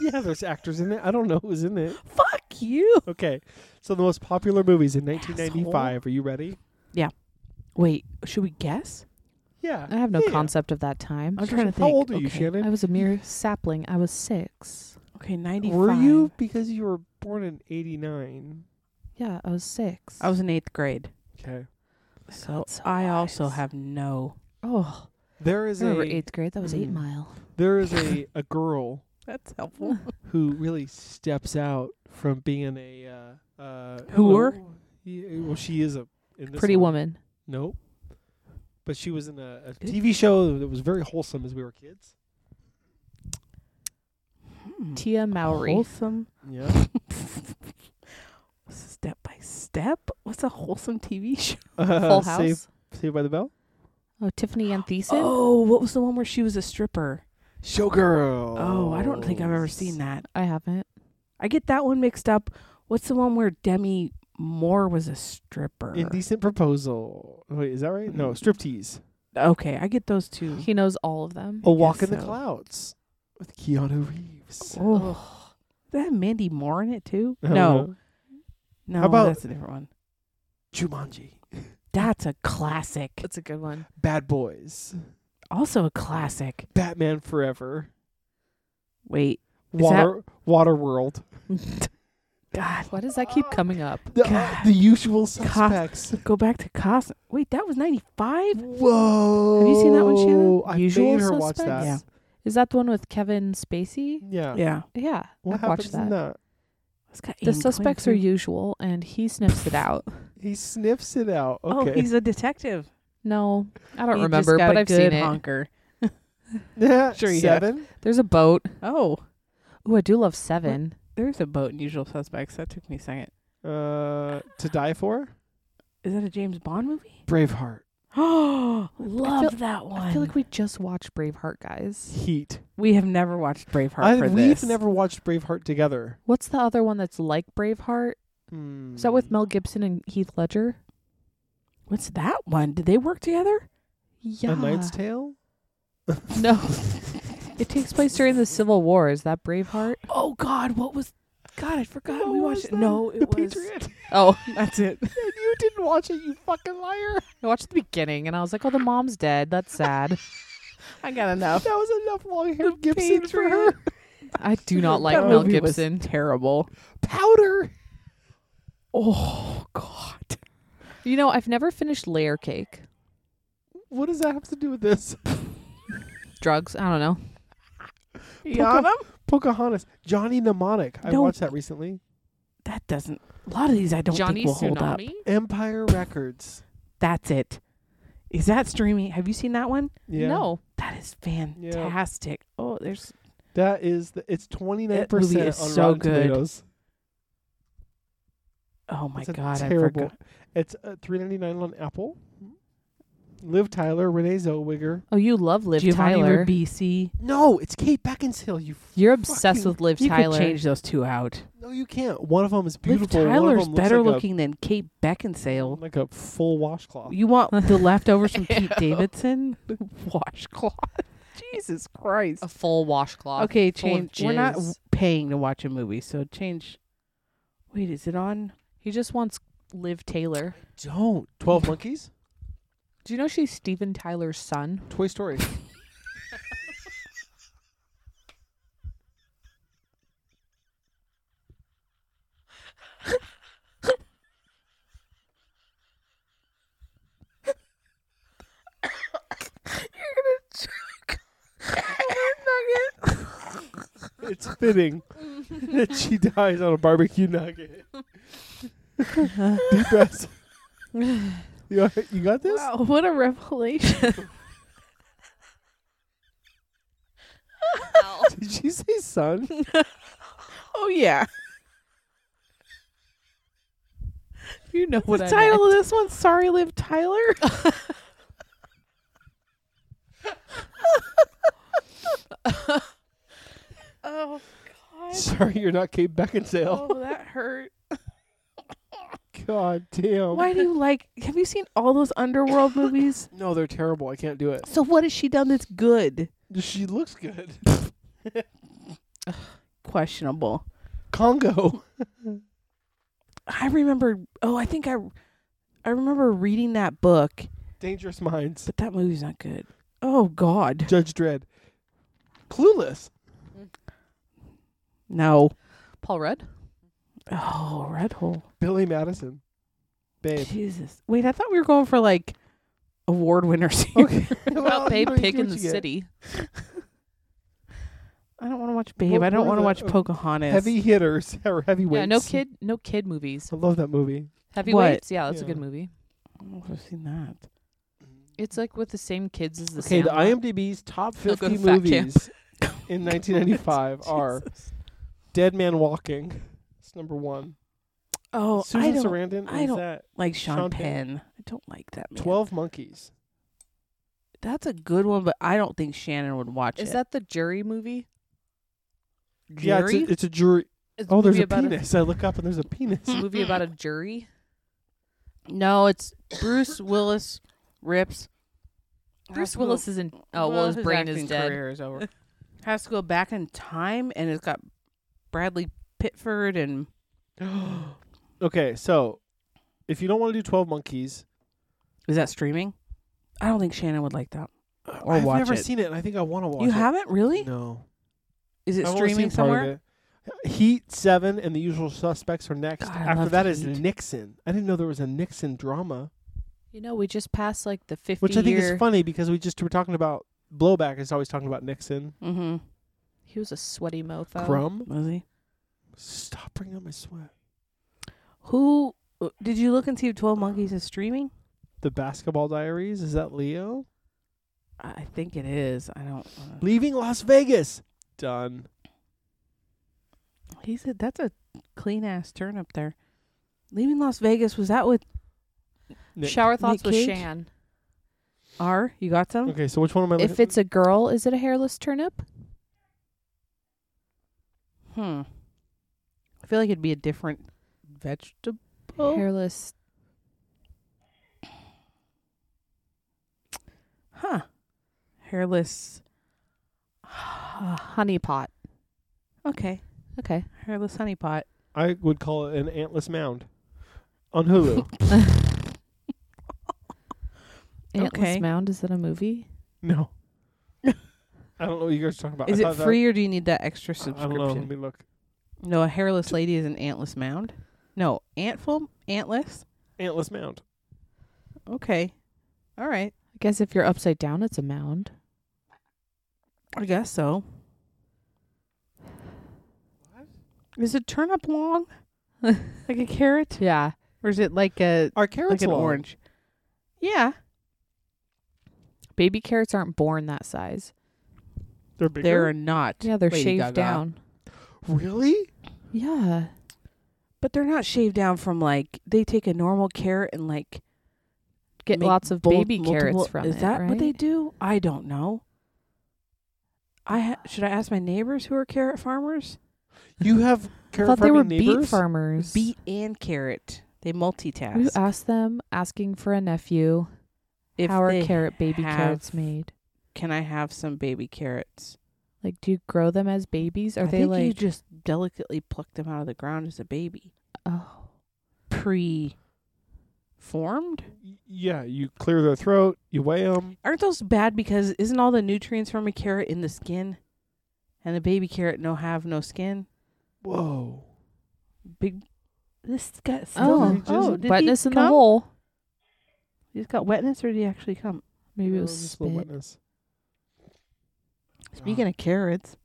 Speaker 3: Yeah, there's actors in it. I don't know who's in it.
Speaker 5: Fuck you.
Speaker 3: Okay, so the most popular movies in 1995. Are you ready?
Speaker 5: Wait, should we guess?
Speaker 3: Yeah.
Speaker 2: I have no
Speaker 3: yeah.
Speaker 2: concept of that time.
Speaker 5: I'm trying to
Speaker 3: How
Speaker 5: think.
Speaker 3: old are you,
Speaker 5: Okay.
Speaker 2: I
Speaker 3: Shannon?
Speaker 2: was a mere sapling. I was six.
Speaker 5: Okay, 95.
Speaker 3: Were you because you were born in 89?
Speaker 2: Yeah, I was six.
Speaker 5: I was in 8th grade.
Speaker 3: Okay.
Speaker 5: So,
Speaker 2: God, so
Speaker 5: I also
Speaker 2: wise.
Speaker 5: have no
Speaker 2: oh,
Speaker 3: There
Speaker 2: I
Speaker 3: is
Speaker 2: remember
Speaker 3: a
Speaker 2: eighth grade. That was eight
Speaker 5: Hmm.
Speaker 3: Mm.
Speaker 2: mile.
Speaker 3: there is a a girl
Speaker 5: That's helpful.
Speaker 3: who really steps out from being a uh, uh,
Speaker 5: Whore?
Speaker 3: well, yeah, well, she is a in this
Speaker 2: Pretty
Speaker 3: one.
Speaker 2: woman.
Speaker 3: Nope. But she was in a, a TV show that was very wholesome as we were kids.
Speaker 5: Hmm.
Speaker 2: Tia Mowry.
Speaker 5: Wholesome.
Speaker 3: Yeah.
Speaker 5: Step by step? What's a wholesome TV show?
Speaker 2: Full House.
Speaker 3: Uh, Saved, Saved by the Bell.
Speaker 2: Oh, Tiffany Anthesen.
Speaker 5: Oh, what was the one where she was a stripper?
Speaker 3: Showgirl.
Speaker 5: Oh, I don't think I've ever seen that.
Speaker 2: I haven't.
Speaker 5: I get that one mixed up. What's the one where Demi Moore was a stripper.
Speaker 3: Indecent Proposal. Wait, is that right?
Speaker 5: Mm.
Speaker 3: No, Striptease.
Speaker 5: okay, I get those two.
Speaker 2: He knows all of them.
Speaker 3: A Walk in the
Speaker 5: so.
Speaker 3: Clouds with Keanu Reeves.
Speaker 5: Oh. Did that have Mandy Moore in it too?
Speaker 3: I don't
Speaker 5: No,
Speaker 3: know.
Speaker 5: no,
Speaker 3: How about-
Speaker 5: that's a different one.
Speaker 3: Jumanji.
Speaker 5: That's a classic.
Speaker 2: That's a good one.
Speaker 3: Bad Boys.
Speaker 5: Also a classic.
Speaker 3: Batman Forever.
Speaker 5: Wait, Is that-
Speaker 3: Water Waterworld.
Speaker 5: God,
Speaker 2: Why does that keep coming up?
Speaker 3: The, uh,
Speaker 5: God.
Speaker 3: the usual suspects.
Speaker 5: go back to Cos. Wait, that was ninety five.
Speaker 3: Whoa.
Speaker 5: Have you seen that one,
Speaker 3: Oh,
Speaker 5: Shannon?
Speaker 3: I
Speaker 2: Usual
Speaker 3: made her watch
Speaker 2: Suspects?
Speaker 3: that.
Speaker 5: Yeah.
Speaker 2: Is that the one with Kevin Spacey?
Speaker 3: Yeah.
Speaker 5: Yeah,
Speaker 2: Yeah, I'd
Speaker 3: What
Speaker 2: watch
Speaker 3: happens in
Speaker 2: that.
Speaker 3: that?
Speaker 5: it's got
Speaker 2: The
Speaker 5: Aiden
Speaker 2: suspects are
Speaker 5: Quinn, too.
Speaker 2: usual, and he sniffs it out.
Speaker 3: He sniffs it out.
Speaker 5: Oh,
Speaker 3: Okay.
Speaker 5: he's a detective.
Speaker 2: No, I don't
Speaker 5: He just
Speaker 2: remember,
Speaker 5: got
Speaker 2: but
Speaker 5: a
Speaker 2: I've
Speaker 5: good
Speaker 2: seen it.
Speaker 5: honker.
Speaker 3: Yeah,
Speaker 5: Sure, yeah.
Speaker 3: Seven.
Speaker 2: There's a boat.
Speaker 5: Oh,
Speaker 2: Ooh, I do love Seven.
Speaker 5: there's a boat in Usual Suspects. That took me a second.
Speaker 3: Uh, to die for.
Speaker 5: Is that a James Bond movie?
Speaker 3: Braveheart.
Speaker 5: Oh,
Speaker 2: I
Speaker 5: love
Speaker 2: feel-
Speaker 5: that one.
Speaker 2: I feel like we just watched Braveheart, guys.
Speaker 3: Heat.
Speaker 5: we have never watched Braveheart
Speaker 3: I,
Speaker 5: for
Speaker 3: we've
Speaker 5: this.
Speaker 3: never watched Braveheart together.
Speaker 2: What's the other one that's like Braveheart?
Speaker 3: Hmm.
Speaker 2: Is that with Mel Gibson and Heath Ledger?
Speaker 5: What's that one? Did they work together?
Speaker 2: Yeah.
Speaker 3: A Knight's Tale?
Speaker 2: No. it takes place during the Civil War. Is that Braveheart?
Speaker 5: Oh God, what was? God, I forgot.
Speaker 3: What
Speaker 5: we
Speaker 3: was
Speaker 5: watched it.
Speaker 3: that?
Speaker 5: No, it
Speaker 3: the
Speaker 5: was.
Speaker 3: Patriot.
Speaker 2: Oh,
Speaker 5: That's it.
Speaker 3: and you didn't watch it, you fucking liar.
Speaker 2: I watched the beginning and I was like, oh, the mom's dead. That's sad.
Speaker 5: I got enough.
Speaker 3: That was enough long haired Gibson for her.
Speaker 2: I do not like
Speaker 5: That
Speaker 2: Mel
Speaker 5: movie was
Speaker 2: Gibson.
Speaker 5: terrible.
Speaker 3: Powder.
Speaker 5: Oh God.
Speaker 2: You know, I've never finished Layer Cake.
Speaker 3: What does that have to do with this?
Speaker 2: Drugs. I don't know.
Speaker 5: You on 'em?
Speaker 3: Pocahontas. Johnny Mnemonic. I
Speaker 5: No.
Speaker 3: watched that recently.
Speaker 5: That doesn't. A lot of these I don't
Speaker 2: Johnny
Speaker 5: think will hold up.
Speaker 2: Tsunami?
Speaker 3: Empire Records.
Speaker 5: That's it. Is that streaming? Have you seen that one?
Speaker 3: Yeah.
Speaker 2: No.
Speaker 5: That is fantastic. Oh, there's
Speaker 3: That is the it's twenty nine
Speaker 5: That movie
Speaker 3: percent
Speaker 5: is
Speaker 3: on
Speaker 5: so
Speaker 3: Rotten
Speaker 5: good.
Speaker 3: Tomatoes.
Speaker 5: oh my
Speaker 3: It's a
Speaker 5: god, I
Speaker 3: terrible.
Speaker 5: forgot.
Speaker 3: It's uh, three ninety nine on Apple. Liv Tyler, Renee Zellweger.
Speaker 2: Oh, you love Liv
Speaker 5: Giovanni
Speaker 2: Tyler.
Speaker 5: Ribisi.
Speaker 3: No, it's Kate Beckinsale. You
Speaker 2: You're obsessed
Speaker 3: fucking-
Speaker 2: with Liv
Speaker 5: You
Speaker 2: Tyler.
Speaker 5: could change those two out.
Speaker 3: no, you can't. One of them is
Speaker 5: Liv
Speaker 3: beautiful. one of
Speaker 5: Tyler's
Speaker 3: 'em
Speaker 5: better
Speaker 3: looks like
Speaker 5: looking than Kate
Speaker 3: A,
Speaker 5: Beckinsale.
Speaker 3: like a full washcloth.
Speaker 5: You want the leftovers from Pete Davidson? Washcloth. Jesus Christ.
Speaker 2: a full washcloth.
Speaker 5: Okay,
Speaker 2: full of
Speaker 5: change. We're not
Speaker 2: jizz.
Speaker 5: paying to watch a movie, so change. Wait, is it on?
Speaker 2: He just wants Liv Taylor.
Speaker 3: Don't. Twelve Monkeys.
Speaker 2: Do you know she's Steven Tyler's son?
Speaker 3: Toy Story. it's fitting that she dies on a barbecue nugget. Deep breaths. You, all right? you got this?
Speaker 5: Wow, what a revelation.
Speaker 3: Did she say son?
Speaker 5: oh, yeah.
Speaker 2: You know
Speaker 5: the title of this one, Sorry Liv Tyler. oh, God.
Speaker 3: Sorry, you're not Kate Beckinsale.
Speaker 5: Oh, that hurt.
Speaker 3: God damn.
Speaker 5: Why do you like? Have you seen all those underworld movies?
Speaker 3: No, they're terrible. I can't do it.
Speaker 5: So what has she done that's good?
Speaker 3: She looks good.
Speaker 5: Questionable.
Speaker 3: Congo.
Speaker 5: I remember. Oh, I think I, I remember reading that book,
Speaker 3: Dangerous Minds.
Speaker 5: but that movie's not good. Oh God,
Speaker 3: Judge Dredd. Clueless.
Speaker 5: no.
Speaker 2: Paul Rudd.
Speaker 5: Oh, Red Hole.
Speaker 3: Billy Madison. Babe.
Speaker 5: Jesus. Wait, I thought we were going for like award winners. Here.
Speaker 3: Okay.
Speaker 2: What
Speaker 3: Well,
Speaker 2: about Babe
Speaker 3: you know, you
Speaker 2: Pig
Speaker 3: do
Speaker 2: in the
Speaker 3: what you get.
Speaker 2: City?
Speaker 5: I don't want to watch Babe.
Speaker 3: What
Speaker 5: I
Speaker 3: were
Speaker 5: don't want
Speaker 3: the,
Speaker 5: to watch
Speaker 3: uh,
Speaker 5: Pocahontas.
Speaker 3: Heavy hitters or heavyweights.
Speaker 2: Yeah, no kid, no kid movies.
Speaker 3: I love that movie.
Speaker 2: Heavyweights. Yeah, that's a
Speaker 3: Yeah.
Speaker 2: good movie.
Speaker 5: I don't know if I've seen that.
Speaker 2: It's like with the same kids as the
Speaker 3: okay, the
Speaker 2: Sandlot.
Speaker 3: IMDb's top
Speaker 2: They'll go
Speaker 3: 50
Speaker 2: to fat camp.
Speaker 3: movies in 1995 are
Speaker 5: Jesus.
Speaker 3: Dead Man Walking. It's number one.
Speaker 5: Oh, I
Speaker 3: Susan
Speaker 5: don't
Speaker 3: Sarandon
Speaker 5: I
Speaker 3: is
Speaker 5: don't-
Speaker 3: that.
Speaker 5: like Sean,
Speaker 3: Sean Penn.
Speaker 5: Penn. I don't like that. Man.
Speaker 3: 12 Monkeys.
Speaker 5: That's a good one, but I don't think Shannon would watch it.
Speaker 2: Is that the jury movie?
Speaker 3: Yeah, it's a, it's a jury.
Speaker 2: It's
Speaker 3: Oh, there's
Speaker 2: movie
Speaker 3: a
Speaker 2: about
Speaker 3: penis. I look up and there's a penis.
Speaker 2: It's a movie about a jury.
Speaker 5: No, it's Bruce Willis rips.
Speaker 2: Bruce Willis is in. Oh, well, his brain is
Speaker 5: acting
Speaker 2: dead.
Speaker 5: Career is over. has to go back in time, and it's got Bradley Pitford and
Speaker 3: okay, so if you don't want to do Twelve Monkeys,
Speaker 5: is that streaming? I don't think Shannon would like that. Or
Speaker 3: I've
Speaker 5: watch
Speaker 3: never
Speaker 5: it.
Speaker 3: seen it, and I think I want to watch.
Speaker 5: you
Speaker 3: it.
Speaker 5: haven't really?
Speaker 3: No,
Speaker 5: Is it
Speaker 3: I've only
Speaker 5: streaming
Speaker 3: seen part of
Speaker 5: somewhere?
Speaker 3: it. Heat Seven and The Usual Suspects are next.
Speaker 5: God, I
Speaker 3: After
Speaker 5: love
Speaker 3: that is
Speaker 5: Heat.
Speaker 3: Nixon. I didn't know there was a Nixon drama,
Speaker 2: You know, we just passed like the 50
Speaker 3: which I think
Speaker 2: year.
Speaker 3: is funny because we just were talking about blowback is always talking about Nixon.
Speaker 5: Mm-hmm.
Speaker 2: He was a sweaty
Speaker 5: Oh.
Speaker 2: mofo.
Speaker 3: Crumb,
Speaker 5: Was he?
Speaker 3: stop bringing up my sweat.
Speaker 5: Who uh, did you look and see if Twelve Monkeys is streaming?
Speaker 3: The Basketball Diaries is that Leo
Speaker 5: I I think it is. I don't. uh, wanna-
Speaker 3: leaving Las Vegas? Done.
Speaker 5: He said that's a clean ass turn up there. Leaving Las Vegas was that with
Speaker 3: Nick.
Speaker 2: Shower thoughts with
Speaker 5: Cage?
Speaker 2: Shan.
Speaker 5: R? You got some?
Speaker 3: Okay, so which one am I? looking
Speaker 2: If it's a girl, is it a hairless turnip?
Speaker 5: Hmm. I feel like it'd be a different vegetable.
Speaker 3: Oh.
Speaker 2: Hairless.
Speaker 5: Huh. Hairless.
Speaker 2: Uh, honey pot.
Speaker 5: Okay.
Speaker 2: Okay.
Speaker 5: Hairless honeypot.
Speaker 3: I would call it an antless mound on Hulu.
Speaker 2: Antless
Speaker 5: Okay.
Speaker 2: Mound. Is that a movie?
Speaker 3: no, I don't know what you guys are talking about.
Speaker 5: Is
Speaker 3: I
Speaker 5: it
Speaker 3: thought that-
Speaker 5: free or do you need that extra
Speaker 3: I don't know. Let
Speaker 5: subscription?
Speaker 3: me look.
Speaker 5: No, a hairless lady is an antless mound. No, antful, antless.
Speaker 3: Antless mound.
Speaker 5: Okay. All right.
Speaker 2: I guess if you're upside down, it's a mound.
Speaker 5: I guess so. Is a turnip long? like a carrot?
Speaker 2: Yeah.
Speaker 5: Or is it like a
Speaker 3: Are carrots
Speaker 5: like an
Speaker 3: long?
Speaker 5: orange? Yeah.
Speaker 2: Baby carrots aren't born that size.
Speaker 3: They're bigger.
Speaker 5: They're not.
Speaker 2: Yeah, they're
Speaker 5: Lady
Speaker 2: shaved
Speaker 5: Gaga.
Speaker 2: down.
Speaker 3: really?
Speaker 2: Yeah.
Speaker 5: But they're not shaved down from like they take a normal carrot and like
Speaker 2: Get
Speaker 5: make
Speaker 2: lots of
Speaker 5: bul-
Speaker 2: baby
Speaker 5: multiple-
Speaker 2: carrots from
Speaker 5: Is
Speaker 2: it.
Speaker 5: that what they
Speaker 2: right?
Speaker 5: do? I don't know. I ha- should I ask my neighbors who are carrot farmers?
Speaker 3: You have
Speaker 2: I
Speaker 3: carrot
Speaker 2: thought they
Speaker 3: farming
Speaker 2: were beet
Speaker 3: neighbors?
Speaker 2: farmers.
Speaker 5: Beet and carrot. They
Speaker 2: You
Speaker 5: multitask.
Speaker 2: asked them asking for a nephew.
Speaker 5: if
Speaker 2: how are
Speaker 5: they
Speaker 2: carrot baby
Speaker 5: have-
Speaker 2: carrots made?
Speaker 5: Can I have some baby carrots?
Speaker 2: Like, do you grow them as babies? Are
Speaker 5: I
Speaker 2: they
Speaker 5: think
Speaker 2: like
Speaker 5: you just delicately pluck them out of the ground as a baby,
Speaker 2: oh
Speaker 5: pre formed?
Speaker 3: Y- Yeah, you clear their throat. You weigh them.
Speaker 5: Aren't those bad because isn't all the nutrients from a carrot in the skin? And the baby carrot no have no skin.
Speaker 3: Whoa.
Speaker 5: Big this got
Speaker 2: oh,
Speaker 3: did he
Speaker 2: oh
Speaker 5: did he
Speaker 2: wetness in the
Speaker 5: come?
Speaker 2: hole?
Speaker 5: He's got wetness, or did he actually come?
Speaker 2: Maybe it
Speaker 3: Oh,
Speaker 2: was
Speaker 3: just a little
Speaker 2: spit.
Speaker 3: wetness.
Speaker 5: Speaking of carrots,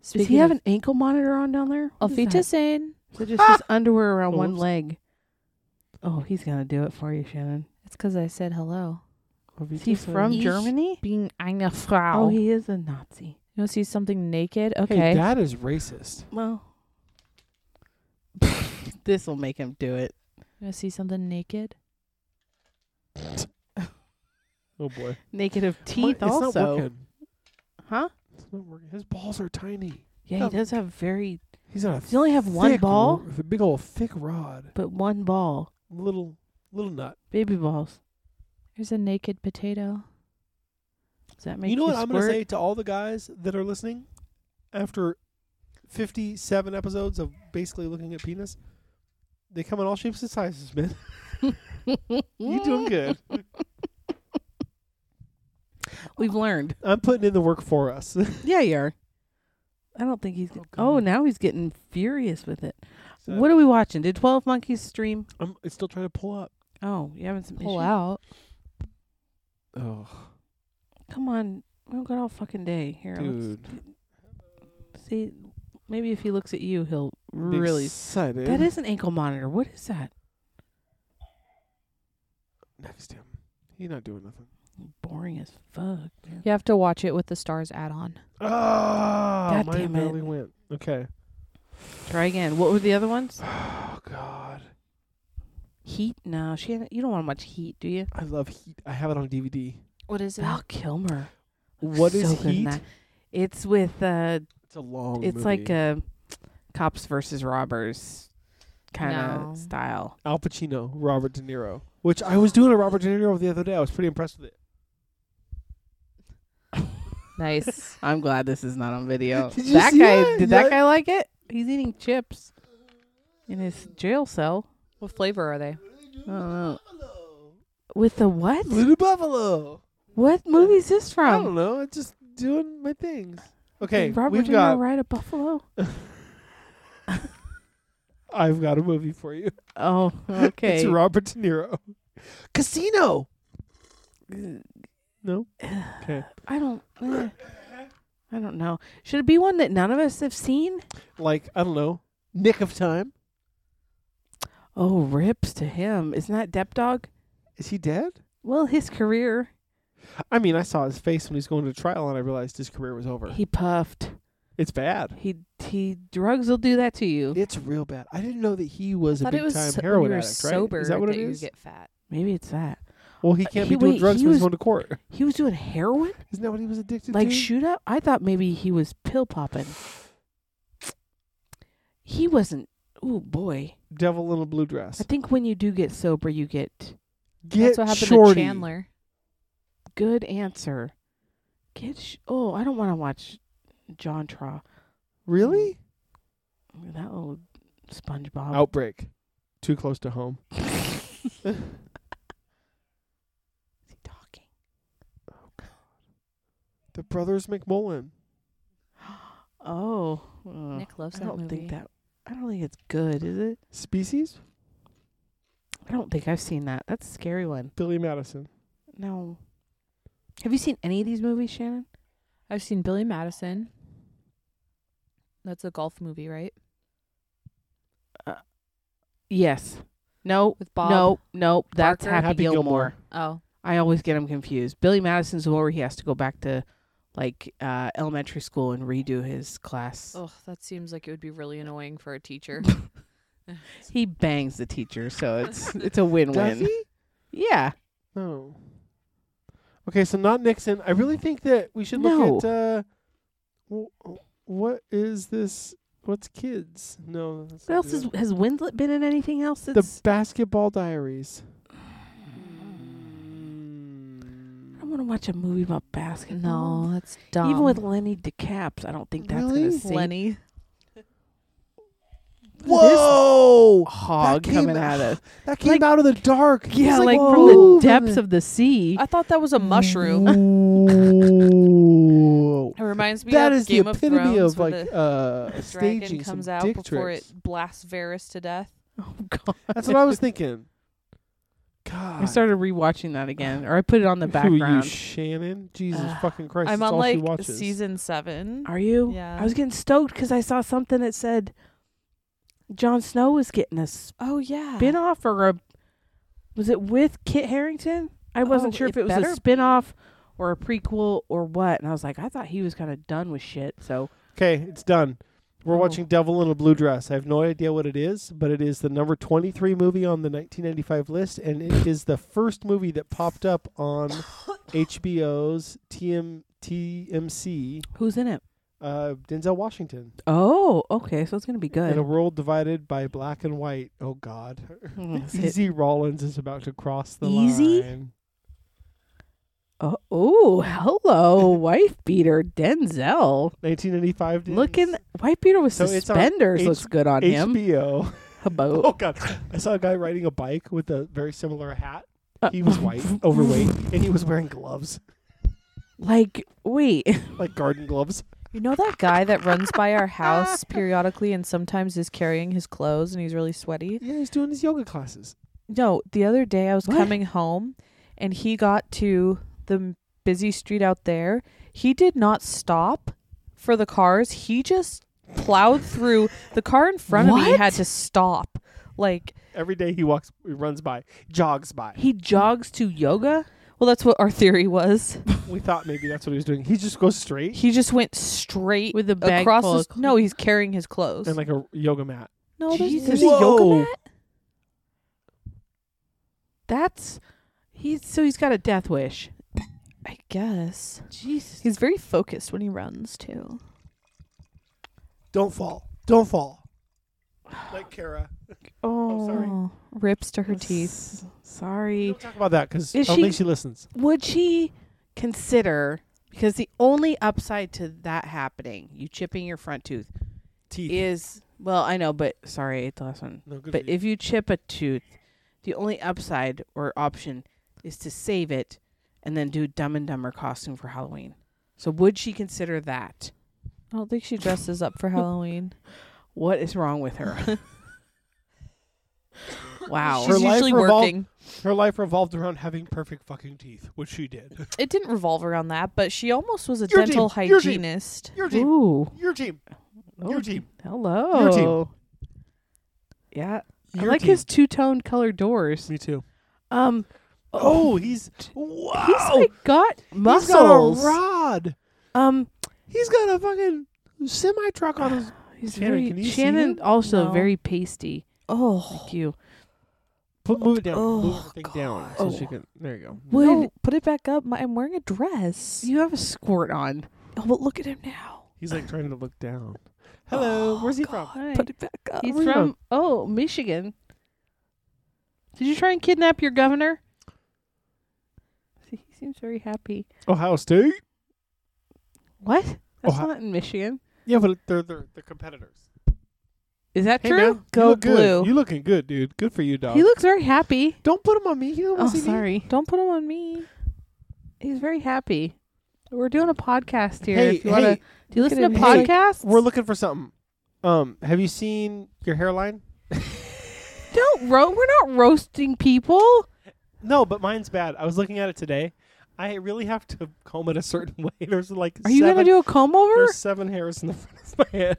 Speaker 5: does
Speaker 2: Speaking
Speaker 5: he have
Speaker 2: of
Speaker 5: an ankle monitor on down there? What is that?
Speaker 2: Alfitasin?
Speaker 5: So just his underwear around
Speaker 3: Oh,
Speaker 5: one
Speaker 3: whoops.
Speaker 5: leg. Oh, he's gonna do it for you, Shannon.
Speaker 2: It's because I said hello.
Speaker 5: Is he from
Speaker 2: Yeesh.
Speaker 5: Germany?
Speaker 2: Being eine Frau.
Speaker 5: Oh, he is a Nazi.
Speaker 2: you want to see something naked?
Speaker 3: Hey,
Speaker 2: Okay.
Speaker 3: that is racist.
Speaker 5: Well, this will make him do it.
Speaker 2: you want to see something naked?
Speaker 3: Oh boy.
Speaker 5: Naked of
Speaker 3: My-
Speaker 5: teeth,
Speaker 3: it's not
Speaker 5: also,
Speaker 3: working.
Speaker 5: huh?
Speaker 3: It's not working. His balls are tiny.
Speaker 5: Yeah, he does have very,
Speaker 3: He's not.
Speaker 5: Does he only have one ball?
Speaker 3: With a big old thick rod.
Speaker 5: but one ball,
Speaker 3: Little little nut.
Speaker 5: baby balls.
Speaker 2: There's a naked potato.
Speaker 5: Does that make
Speaker 3: you know what I'm
Speaker 5: squirt?
Speaker 3: gonna say to all the guys that are listening after 57 episodes of basically looking at penis? They come in all shapes and sizes, man. you doing
Speaker 5: Mm.
Speaker 3: good.
Speaker 5: We've learned.
Speaker 3: I'm putting in the work for us.
Speaker 5: Yeah, you are. I don't think he's.
Speaker 3: Oh,
Speaker 5: Get-
Speaker 3: God.
Speaker 5: oh, now he's getting furious with it.
Speaker 3: So
Speaker 5: What are we watching? Did Twelve Monkeys stream?
Speaker 3: I'm it's still trying to pull up.
Speaker 5: Oh, you having some
Speaker 2: Pull
Speaker 5: issues?
Speaker 2: out.
Speaker 3: Oh,
Speaker 5: Come on, we don't got all fucking day here.
Speaker 3: dude.
Speaker 5: Let's see, maybe if he looks at you, he'll really.
Speaker 3: excited.
Speaker 5: That is an ankle monitor. What is that?
Speaker 3: next him. He's not doing nothing.
Speaker 5: Boring as fuck. man.
Speaker 2: You have to watch it with the stars add on.
Speaker 3: Oh,
Speaker 5: God
Speaker 3: mine
Speaker 5: damn it.
Speaker 3: barely went. Okay.
Speaker 5: Try again. What were the other ones?
Speaker 3: Oh God,
Speaker 5: Heat. No, she. You don't want to watch Heat, do you?
Speaker 3: I love Heat. I have it on DVD.
Speaker 2: What is
Speaker 5: Val Kilmer.
Speaker 3: What is
Speaker 5: so good in
Speaker 3: Heat?
Speaker 5: that. It's with. uh
Speaker 3: It's a long.
Speaker 5: It's
Speaker 3: movie.
Speaker 5: like a cops versus robbers kind of
Speaker 2: No.
Speaker 5: style.
Speaker 3: Al Pacino, Robert De Niro. Which I was doing a Robert De Niro the other day. I was pretty impressed with it.
Speaker 2: Nice.
Speaker 5: I'm glad this is not on video.
Speaker 3: Did you
Speaker 5: that
Speaker 3: see
Speaker 5: guy,
Speaker 3: that?
Speaker 5: did
Speaker 3: Yeah.
Speaker 5: that guy like it? He's eating chips in his jail cell.
Speaker 2: what flavor are they?
Speaker 5: I don't know. With the what?
Speaker 3: Little Buffalo.
Speaker 5: What movie is this
Speaker 3: I
Speaker 5: from?
Speaker 3: don't know. I'm just doing my things. Oh, Okay,
Speaker 5: Did Robert
Speaker 3: we've
Speaker 5: De Niro
Speaker 3: got.
Speaker 5: ride a buffalo.
Speaker 3: I've got a movie for you.
Speaker 5: Oh, okay.
Speaker 3: It's Robert De Niro. Casino. No. Okay.
Speaker 5: I don't. eh. I don't know. Should it be one that none of us have seen?
Speaker 3: Like I don't know. Nick of Time.
Speaker 5: Oh, rips to him. Isn't that Dep Dog?
Speaker 3: Is he dead?
Speaker 5: Well, his career.
Speaker 3: I mean, I saw his face when he was going to trial, and I realized his career was over.
Speaker 5: He puffed.
Speaker 3: It's bad.
Speaker 5: He he. Drugs will do that to you.
Speaker 3: It's real bad. I didn't know that he was a
Speaker 2: thought
Speaker 3: big
Speaker 2: it was
Speaker 3: time
Speaker 2: so- when
Speaker 3: heroin
Speaker 2: you were
Speaker 3: addict.
Speaker 2: sober
Speaker 3: right? Is that what
Speaker 2: that
Speaker 3: it
Speaker 2: you
Speaker 3: is?
Speaker 2: get fat.
Speaker 5: Maybe it's that.
Speaker 3: Well, he can't
Speaker 5: He-
Speaker 3: be doing
Speaker 5: wait,
Speaker 3: drugs
Speaker 5: he
Speaker 3: when he's
Speaker 5: was-
Speaker 3: going to court.
Speaker 5: He was doing heroin,
Speaker 3: Isn't that what he was addicted
Speaker 5: like
Speaker 3: to?
Speaker 5: shoot up. I thought maybe he was pill popping. He wasn't. Oh boy.
Speaker 3: Devil in a blue dress.
Speaker 5: I think when you do get sober, you get
Speaker 3: Get
Speaker 2: That's what happened to
Speaker 3: shorty.
Speaker 2: Chandler.
Speaker 5: good answer. Get sh- oh, I don't want to watch John Tra.
Speaker 3: Really?
Speaker 5: That old SpongeBob.
Speaker 2: Um,
Speaker 3: Outbreak. Too close to home.
Speaker 5: Is he talking?
Speaker 3: The brothers McMullen.
Speaker 5: Oh, uh,
Speaker 2: Nick loves
Speaker 5: I
Speaker 2: that
Speaker 5: don't
Speaker 2: movie.
Speaker 5: think that. I don't think it's good, is it?
Speaker 3: Species.
Speaker 5: I don't think I've seen that. That's a scary one.
Speaker 3: Billy Madison.
Speaker 5: No. Have you seen any of these movies, Shannon?
Speaker 2: I've seen Billy Madison. That's a golf movie, right?
Speaker 5: Yes. No.
Speaker 2: With Bob.
Speaker 5: No. No. That's
Speaker 2: Barker?
Speaker 5: Happy,
Speaker 3: Happy
Speaker 5: Gilmore.
Speaker 3: Gilmore.
Speaker 2: Oh,
Speaker 5: I always get him confused. Billy Madison's the one where he has to go back to like uh, elementary school and redo his class.
Speaker 2: oh, that seems like it would be really annoying for a teacher.
Speaker 5: He bangs the teacher, so it's it's a win-win.
Speaker 3: Does he?
Speaker 5: Yeah.
Speaker 3: No. Okay, so not Nixon. I really think that we should look at uh, w- what is this? What's kids? No. that's
Speaker 5: What
Speaker 3: not
Speaker 5: else
Speaker 3: it.
Speaker 5: is has Winslet been in anything else?
Speaker 3: the
Speaker 5: That's
Speaker 3: Basketball Diaries?
Speaker 5: I don't want to watch a movie about basketball.
Speaker 2: no, that's dumb.
Speaker 5: Even with Lenny DeCaps, I don't think that's
Speaker 3: Really?
Speaker 5: gonna sink.
Speaker 2: Lenny.
Speaker 3: Whoa!
Speaker 5: hog
Speaker 3: That came
Speaker 5: coming at us.
Speaker 3: That came
Speaker 5: Like-
Speaker 3: out of the dark.
Speaker 5: Yeah,
Speaker 3: It's
Speaker 5: like,
Speaker 3: whoa,
Speaker 5: from the depths of the sea.
Speaker 2: I thought that was a mushroom.
Speaker 3: Whoa.
Speaker 2: It reminds me
Speaker 3: that
Speaker 2: of
Speaker 3: is
Speaker 2: Game
Speaker 3: the
Speaker 2: of
Speaker 3: epitome
Speaker 2: Thrones
Speaker 3: of,
Speaker 2: where
Speaker 3: like
Speaker 2: the
Speaker 3: uh,
Speaker 2: dragon
Speaker 3: staging
Speaker 2: comes
Speaker 3: some
Speaker 2: out
Speaker 3: dick
Speaker 2: before
Speaker 3: tricks.
Speaker 2: it blasts Varys to death.
Speaker 5: oh god.
Speaker 3: That's what I was thinking. God.
Speaker 5: I started rewatching that again, or I put it on the
Speaker 3: Who are you,
Speaker 5: background.
Speaker 3: Shannon? Jesus
Speaker 2: Ugh.
Speaker 3: fucking Christ!
Speaker 2: I'm
Speaker 3: that's
Speaker 2: on
Speaker 3: all she
Speaker 2: like
Speaker 3: watches.
Speaker 2: season seven.
Speaker 5: Are you?
Speaker 2: Yeah.
Speaker 5: I was getting stoked because I saw something that said Jon Snow was getting a
Speaker 2: Oh yeah.
Speaker 5: spin off or a was it with Kit Harrington? I wasn't
Speaker 2: Oh,
Speaker 5: sure if
Speaker 2: it
Speaker 5: it was
Speaker 2: better
Speaker 5: a
Speaker 2: be.
Speaker 5: spin off or a prequel or what. And I was like, I thought he was kind of done with shit. So
Speaker 3: Okay, it's done. We're
Speaker 5: Oh.
Speaker 3: watching Devil in a Blue Dress. I have no idea what it is, but it is the number 23 movie on the 1995 list, and it is the first movie that popped up on HBO's TM, TMC,
Speaker 5: who's in it?
Speaker 3: uh, Denzel Washington.
Speaker 5: Oh, okay. So it's gonna be
Speaker 3: In a
Speaker 5: good.
Speaker 3: world divided by black and white. Oh, God.
Speaker 5: Mm, that's it.
Speaker 3: Easy Rollins is about to cross the
Speaker 5: Easy?
Speaker 3: line.
Speaker 5: Oh, oh, hello, wife beater Denzel.
Speaker 3: 1995. did
Speaker 5: Looking, wife beater with
Speaker 3: So it's on
Speaker 5: suspenders
Speaker 3: H-
Speaker 5: looks good on him.
Speaker 3: HBO.
Speaker 5: About
Speaker 3: Oh god, I saw a guy riding a bike with a very similar hat. He was white, overweight, and he was wearing gloves,
Speaker 5: like wait,
Speaker 3: like garden gloves.
Speaker 2: You know that guy that runs by our house periodically and sometimes is carrying his clothes and he's really sweaty?
Speaker 3: Yeah, he's doing his yoga classes.
Speaker 2: No, the other day I was
Speaker 5: What?
Speaker 2: coming home and he got to the m- busy street out there. He did not stop for the cars. He just plowed through. The car in front of me had
Speaker 5: What?
Speaker 2: to stop. Like,
Speaker 3: Every day he walks, he runs by, jogs by.
Speaker 5: he jogs to yoga.
Speaker 2: well, that's what our theory was.
Speaker 3: We thought maybe that's what he was doing. He just goes straight
Speaker 2: He just went straight
Speaker 5: With a bag
Speaker 2: across.
Speaker 5: full
Speaker 2: his,
Speaker 5: of cl-
Speaker 2: no, he's carrying his clothes.
Speaker 3: and like a yoga mat.
Speaker 2: no, there's,
Speaker 5: Jesus.
Speaker 2: there's a yoga
Speaker 3: Whoa.
Speaker 2: mat.
Speaker 5: That's he's so he's got a death wish.
Speaker 2: I guess.
Speaker 5: Jesus.
Speaker 2: He's very focused when he runs too.
Speaker 3: Don't fall. Don't fall. like Kara.
Speaker 5: Oh,
Speaker 3: sorry.
Speaker 2: Rips to her teeth.
Speaker 5: Sorry.
Speaker 3: Don't talk about that because I
Speaker 5: Is
Speaker 3: don't
Speaker 5: she-
Speaker 3: think she listens.
Speaker 5: would she consider because the only upside to that happening you chipping your front tooth
Speaker 3: Teeth.
Speaker 5: is well i know but sorry i ate the last one
Speaker 3: no good.
Speaker 5: but
Speaker 3: for you.
Speaker 5: if you chip a tooth the only upside or option is to save it and then do dumb and dumber costume for halloween so would she consider that
Speaker 2: I don't think she dresses up for Halloween.
Speaker 5: what is wrong with her wow
Speaker 2: She's
Speaker 3: Her life
Speaker 2: usually
Speaker 3: revol-
Speaker 2: working.
Speaker 3: her life revolved around having perfect fucking teeth, which she did.
Speaker 2: It didn't revolve around that, but she almost was a
Speaker 3: Your
Speaker 2: dental
Speaker 3: team, your team.
Speaker 2: hygienist.
Speaker 3: Your team.
Speaker 5: Ooh.
Speaker 3: Your team. Your
Speaker 5: Oh,
Speaker 3: team.
Speaker 5: hello
Speaker 3: Your team.
Speaker 5: yeah
Speaker 3: Your
Speaker 5: i like
Speaker 3: team.
Speaker 5: his two-tone colored doors
Speaker 3: Me too.
Speaker 5: um
Speaker 3: Oh, he's wow.
Speaker 5: He's like got
Speaker 3: he's got a
Speaker 5: muscles.
Speaker 3: rod.
Speaker 5: um,
Speaker 3: He's got a fucking semi truck on his.
Speaker 5: he's
Speaker 3: Shannon,
Speaker 5: very
Speaker 3: can you see
Speaker 5: Shannon
Speaker 3: him?
Speaker 5: also
Speaker 2: No.
Speaker 5: very pasty.
Speaker 2: Oh,
Speaker 5: You
Speaker 3: Put move it down. move
Speaker 2: Oh,
Speaker 3: the thing down so
Speaker 2: God.
Speaker 3: she can. There you go.
Speaker 5: would
Speaker 2: no, put it back up. My, I'm wearing a dress.
Speaker 5: you have a squirt on?
Speaker 2: oh, but look at him now.
Speaker 3: He's like trying to look down.
Speaker 5: Oh,
Speaker 3: Hello, Oh, where's he from?
Speaker 2: Put it back up.
Speaker 5: He's
Speaker 3: where you
Speaker 5: from oh Michigan. Did you try and kidnap your governor? See, he seems very happy.
Speaker 3: Ohio State.
Speaker 5: What?
Speaker 3: Oh,
Speaker 5: That's
Speaker 3: Ohio-
Speaker 5: not in Michigan.
Speaker 3: Yeah, but they're they're, they're competitors.
Speaker 5: Is that
Speaker 3: Hey,
Speaker 5: true?
Speaker 3: man,
Speaker 2: Go
Speaker 3: you look
Speaker 2: blue.
Speaker 3: Good. You looking good, dude. Good for you, dog.
Speaker 5: He looks very happy.
Speaker 3: Don't put him on me. He don't
Speaker 5: Oh,
Speaker 3: want to see me.
Speaker 5: sorry.
Speaker 2: Don't put him on me.
Speaker 5: He's very happy. We're doing a podcast here.
Speaker 3: Hey,
Speaker 5: if you wanna,
Speaker 3: hey,
Speaker 5: do you
Speaker 2: look at
Speaker 5: listen to
Speaker 2: him. He's like-
Speaker 5: podcasts?
Speaker 3: we're looking for something. Um, have you seen your hairline?
Speaker 5: Don't ro- we're not roasting people.
Speaker 3: No, but mine's bad. I was looking at it today. I really have to comb it a certain way. There's like
Speaker 5: Are you
Speaker 3: seven,
Speaker 5: gonna do a comb over?
Speaker 3: there's seven hairs in the front of my head.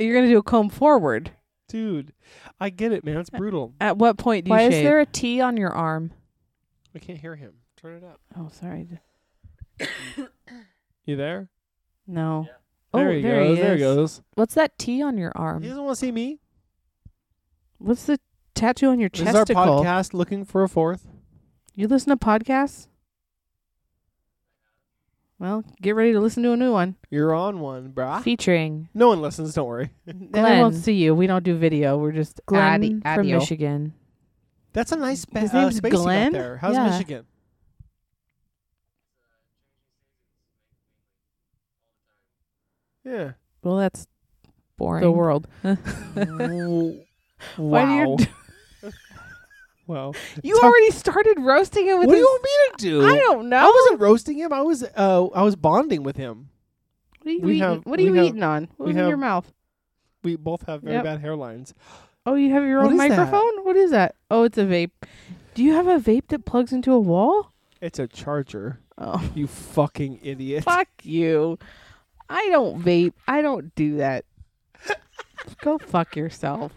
Speaker 5: You're gonna do a comb forward.
Speaker 3: Dude, I get it, man. It's brutal.
Speaker 5: At what point do
Speaker 2: Why
Speaker 5: you
Speaker 2: is
Speaker 5: shave?
Speaker 2: there a T on your arm?
Speaker 3: I can't hear him. Turn it up.
Speaker 5: Oh, sorry.
Speaker 3: You there?
Speaker 5: No. Oh,
Speaker 3: There he
Speaker 5: there
Speaker 3: goes.
Speaker 5: he
Speaker 3: there he
Speaker 5: is. Um,
Speaker 3: goes.
Speaker 2: What's that T on your
Speaker 3: He
Speaker 2: arm?
Speaker 3: doesn't want to see me.
Speaker 5: What's the tattoo on your
Speaker 3: This is our
Speaker 5: chesticle?
Speaker 3: podcast looking for a fourth.
Speaker 5: You listen to podcasts? Well, get ready to listen to a new one.
Speaker 3: You're on one, brah.
Speaker 2: Featuring
Speaker 3: No one listens. Don't worry.
Speaker 5: Then I won't
Speaker 2: Glenn.
Speaker 5: see you. We don't do video. We're just
Speaker 2: Glenn
Speaker 5: addy-
Speaker 2: from
Speaker 5: audio.
Speaker 2: Michigan.
Speaker 3: That's a nice spa-
Speaker 5: His
Speaker 3: uh,
Speaker 5: name's
Speaker 3: space you got
Speaker 5: Glenn?
Speaker 3: there. How's
Speaker 2: Yeah.
Speaker 3: Michigan? Yeah.
Speaker 5: Well, that's
Speaker 2: Boring.
Speaker 5: the world.
Speaker 3: Wo-
Speaker 5: Why do you
Speaker 3: wow.
Speaker 5: do-
Speaker 3: wow.
Speaker 5: You already started roasting him with
Speaker 3: What do you
Speaker 5: his-
Speaker 3: want me to do?
Speaker 5: I don't know.
Speaker 3: I wasn't roasting him. I was uh, I was bonding with him.
Speaker 5: What are you
Speaker 3: we
Speaker 5: eating?
Speaker 3: have-
Speaker 5: what are you
Speaker 3: we have-
Speaker 5: eating on?
Speaker 3: we
Speaker 5: What was in
Speaker 3: have-
Speaker 5: your mouth?
Speaker 3: We both have very
Speaker 5: Yep.
Speaker 3: bad hairlines.
Speaker 5: Oh, you have your
Speaker 3: What
Speaker 5: own
Speaker 3: is that?
Speaker 5: microphone? What is that? Oh, it's a vape. Do you have a vape that plugs into a wall?
Speaker 3: It's a charger.
Speaker 5: Oh,
Speaker 3: You fucking idiot.
Speaker 5: fuck you. I don't vape. I don't do that. Go fuck yourself.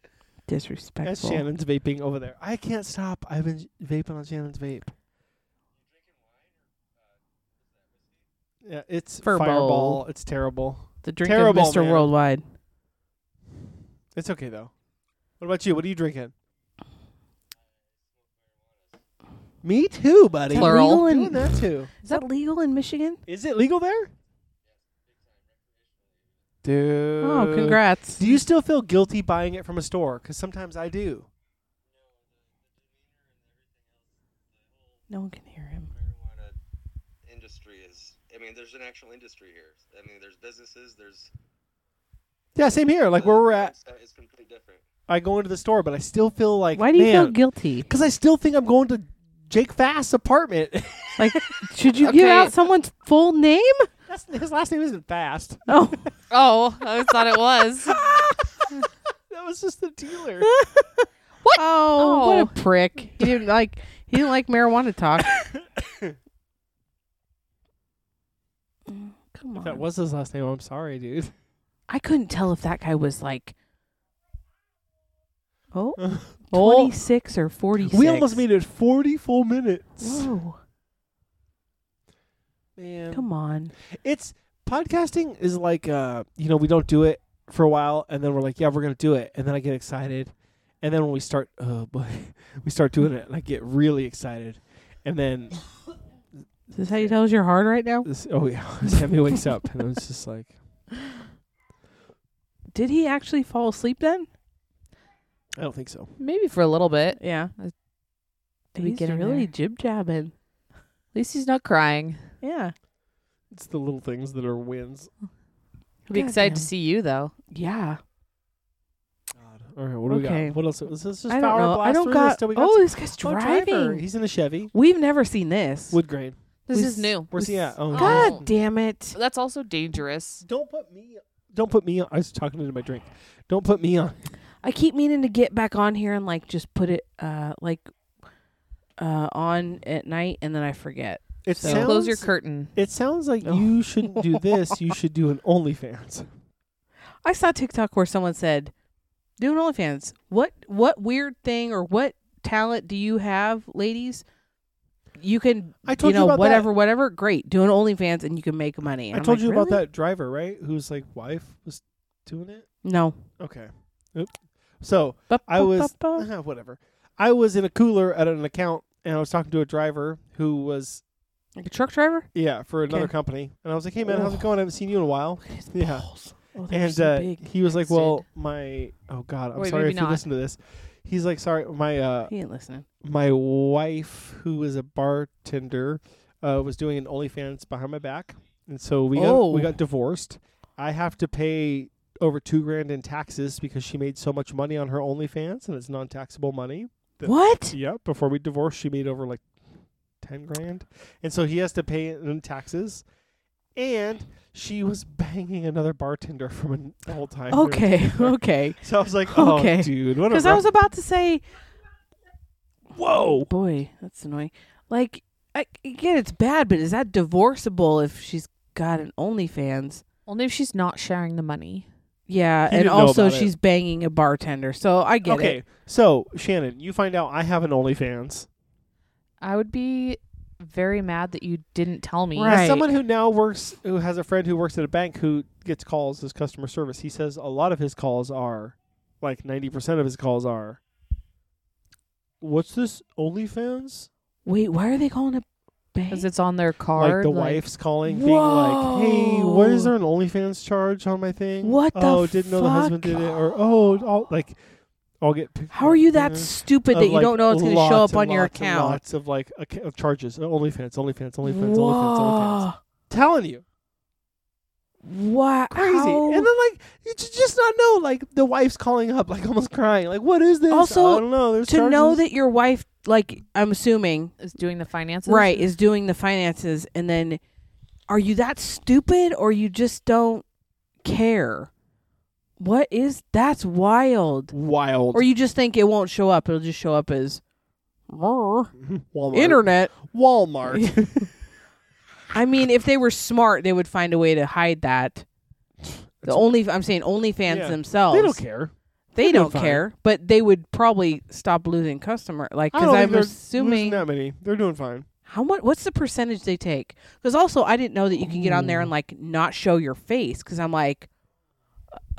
Speaker 3: That's
Speaker 5: Disrespectful.
Speaker 3: Shannon's vaping over there. I can't stop. I've been vaping on Shannon's vape. Yeah, it's
Speaker 5: Furball.
Speaker 3: fireball. It's terrible.
Speaker 5: The drink
Speaker 3: Terrible,
Speaker 5: of Mr.
Speaker 3: man.
Speaker 5: Worldwide.
Speaker 3: It's okay though. What about you? What are you drinking? Me too, buddy.
Speaker 5: Plural.
Speaker 3: Legal in- Doing that too.
Speaker 5: Is that legal in Michigan?
Speaker 3: Is it legal there? Dude.
Speaker 5: oh, congrats.
Speaker 3: Uh, Do you still feel guilty buying it from a store? Because sometimes I do.
Speaker 5: no one can hear him.
Speaker 6: marijuana industry is i mean there's an actual industry here i mean there's businesses there's
Speaker 3: Yeah, same here. Like where we're at,
Speaker 6: it's completely different
Speaker 3: I go into the store, but I still feel like
Speaker 5: Why do you feel
Speaker 3: man,
Speaker 5: guilty?
Speaker 3: Because I still think I'm going to Jake Fast's apartment.
Speaker 5: Like, should you give
Speaker 2: Okay.
Speaker 5: out someone's full name?
Speaker 3: That's, his last name isn't Fast.
Speaker 5: Oh,
Speaker 2: Oh, I thought it was.
Speaker 3: That was just the dealer.
Speaker 5: Oh,
Speaker 2: Oh.
Speaker 5: what a prick! He didn't like he didn't like marijuana talk. Mm, Come on,
Speaker 3: that was his last name. I'm sorry, dude.
Speaker 5: I couldn't tell if that guy was like, oh,
Speaker 2: Oh.
Speaker 5: 26 or forty six.
Speaker 3: We almost made it 40 full minutes.
Speaker 5: Whoa,
Speaker 3: Man,
Speaker 5: come on!
Speaker 3: it's podcasting is like uh, you know, we don't do it for a while, and then we're like, yeah, we're gonna do it, and then I get excited, and then when we start, oh boy, we start doing it, and I get really excited, and then
Speaker 5: Is this how you tell us you're hard right now?
Speaker 3: this, oh yeah, Sammy wakes up, and I was just like,
Speaker 5: Did he actually fall asleep then?
Speaker 3: I don't think so.
Speaker 2: Maybe for a little bit. At
Speaker 5: Yeah.
Speaker 2: Uh, did we
Speaker 5: He's
Speaker 2: get him
Speaker 5: really
Speaker 2: there?
Speaker 5: jib jabbing.
Speaker 2: least he's not crying.
Speaker 5: Yeah.
Speaker 3: It's the little things that are wins.
Speaker 2: He'll be excited to see you though.
Speaker 5: Yeah.
Speaker 3: All right, what do we
Speaker 5: Okay.
Speaker 3: got? What else? Let's let's just
Speaker 5: I don't
Speaker 3: power
Speaker 5: know.
Speaker 3: blast
Speaker 5: I don't
Speaker 3: through
Speaker 5: got.
Speaker 3: this till we got
Speaker 5: oh,
Speaker 3: some-
Speaker 5: this guy's
Speaker 3: Oh,
Speaker 5: driving.
Speaker 3: driver. He's in a Chevy.
Speaker 5: We've never seen this.
Speaker 3: Wood grain.
Speaker 2: This
Speaker 5: We
Speaker 2: is
Speaker 5: s-
Speaker 2: new.
Speaker 3: Where's he at? Oh,
Speaker 5: God
Speaker 2: Oh.
Speaker 5: damn it.
Speaker 2: That's also dangerous.
Speaker 3: Don't put me. Don't put me. On. I was talking into my drink. Don't put me on.
Speaker 5: I keep meaning to get back on here and like just put it uh like uh on at night and then I forget.
Speaker 3: It
Speaker 5: So-
Speaker 3: sounds.
Speaker 2: Close your curtain.
Speaker 3: It sounds like
Speaker 5: No.
Speaker 3: you shouldn't do this. You should do an OnlyFans.
Speaker 5: I saw TikTok where someone said, "Do an OnlyFans. What what weird thing or what talent do you have, ladies? You can
Speaker 3: I told you
Speaker 5: you know
Speaker 3: about that.
Speaker 5: whatever whatever. Great, do an OnlyFans and you can make money." And
Speaker 3: I
Speaker 5: I'm
Speaker 3: told
Speaker 5: like,
Speaker 3: you about
Speaker 5: "Really?"
Speaker 3: that driver, right? Whose like wife was doing it.
Speaker 5: No,
Speaker 3: Okay. Oop. So
Speaker 5: Ba-
Speaker 3: I
Speaker 5: ba-
Speaker 3: was
Speaker 5: ba- ba.
Speaker 3: Ah, whatever. I was in a cooler at an account, and I was talking to a driver who was
Speaker 5: like a truck driver.
Speaker 3: yeah for another
Speaker 5: Okay.
Speaker 3: company, and I was like, "Hey man, how's it going? I haven't seen you in a while."
Speaker 5: Look at his
Speaker 3: Yeah.
Speaker 5: balls. Oh, they're
Speaker 3: and
Speaker 5: so
Speaker 3: uh,
Speaker 5: big.
Speaker 3: he was like,
Speaker 2: Twisted.
Speaker 3: "Well, my oh god, I'm
Speaker 2: Wait,
Speaker 3: sorry
Speaker 2: maybe
Speaker 3: if you
Speaker 2: not.
Speaker 3: listen to this." He's like, "Sorry, my uh,
Speaker 5: He ain't listening.
Speaker 3: my wife who is a bartender uh, was doing an OnlyFans behind my back, and so we got we
Speaker 5: Oh.
Speaker 3: got divorced. I have to pay over two grand in taxes because she made so much money on her OnlyFans, and it's non-taxable money. The-
Speaker 5: What?
Speaker 3: Yep. Before we divorced, she made over like ten grand, and so he has to pay it in taxes. And she was banging another bartender from an the whole time. we were
Speaker 5: Okay,
Speaker 3: together.
Speaker 5: okay.
Speaker 3: So I was like, oh,
Speaker 5: Okay.
Speaker 3: dude, what a
Speaker 5: Because I
Speaker 3: rough-
Speaker 5: was about to say,
Speaker 3: whoa.
Speaker 5: boy, that's annoying. Like, I, again, it's bad, but is that divorceable if she's got an OnlyFans?
Speaker 2: Only if she's not sharing the money.
Speaker 5: Yeah,
Speaker 3: He
Speaker 5: and
Speaker 3: didn't know
Speaker 5: also
Speaker 3: about it.
Speaker 5: she's banging a bartender, so I get
Speaker 3: okay,
Speaker 5: it.
Speaker 3: so Shannon, you find out I have an OnlyFans.
Speaker 2: I would be very mad that you didn't tell me.
Speaker 5: Right.
Speaker 3: As someone who now works, who has a friend who works at a bank who gets calls as customer service, he says a lot of his calls are, like ninety percent of his calls are. What's this OnlyFans?
Speaker 5: Wait, why are they calling it bang?
Speaker 2: Because it's on their card.
Speaker 3: like the wife's calling, being like, "Hey, why is there an OnlyFans charge on my thing?
Speaker 5: What the
Speaker 3: Oh, didn't know the husband
Speaker 5: fuck?
Speaker 3: did it, or oh, I'll, like, I'll get. pic-
Speaker 5: How are you that
Speaker 3: uh,
Speaker 5: stupid
Speaker 3: of,
Speaker 5: that you
Speaker 3: like,
Speaker 5: don't know it's going to show
Speaker 3: lots
Speaker 5: up on
Speaker 3: and
Speaker 5: your
Speaker 3: lots and
Speaker 5: account?
Speaker 3: Lots of like acc- of charges, Uh, OnlyFans, OnlyFans, OnlyFans, OnlyFans, OnlyFans.
Speaker 5: Whoa.
Speaker 3: Telling you,
Speaker 5: Wow.
Speaker 3: crazy. And then like you ju- just not know. Like the wife's calling up, like almost crying. Like what is this?
Speaker 5: Also,
Speaker 3: I don't know. There's
Speaker 5: to know
Speaker 3: charges.
Speaker 5: that your wife, like, I'm assuming,
Speaker 2: is doing the finances.
Speaker 5: right is doing the finances and then are you that stupid or you just don't care what is that's wild
Speaker 3: wild.
Speaker 5: or you just think it won't show up it'll just show up as "Rrr,
Speaker 3: Walmart.
Speaker 5: internet
Speaker 3: Walmart.
Speaker 5: i mean if they were smart they would find a way to hide that the
Speaker 3: That's-
Speaker 5: only i'm saying only fans
Speaker 3: Yeah.
Speaker 5: themselves
Speaker 3: they don't care.
Speaker 5: They
Speaker 3: They're doing
Speaker 5: don't
Speaker 3: fine.
Speaker 5: care but they would probably stop losing customer like
Speaker 3: I
Speaker 5: because
Speaker 3: don't think
Speaker 5: i'm
Speaker 3: they're losing
Speaker 5: assuming
Speaker 3: that many. They're doing fine.
Speaker 5: How much? What's the percentage they take? Because also, I didn't know that you could get on there and
Speaker 3: Mm.
Speaker 5: like not show your face. Because I'm like,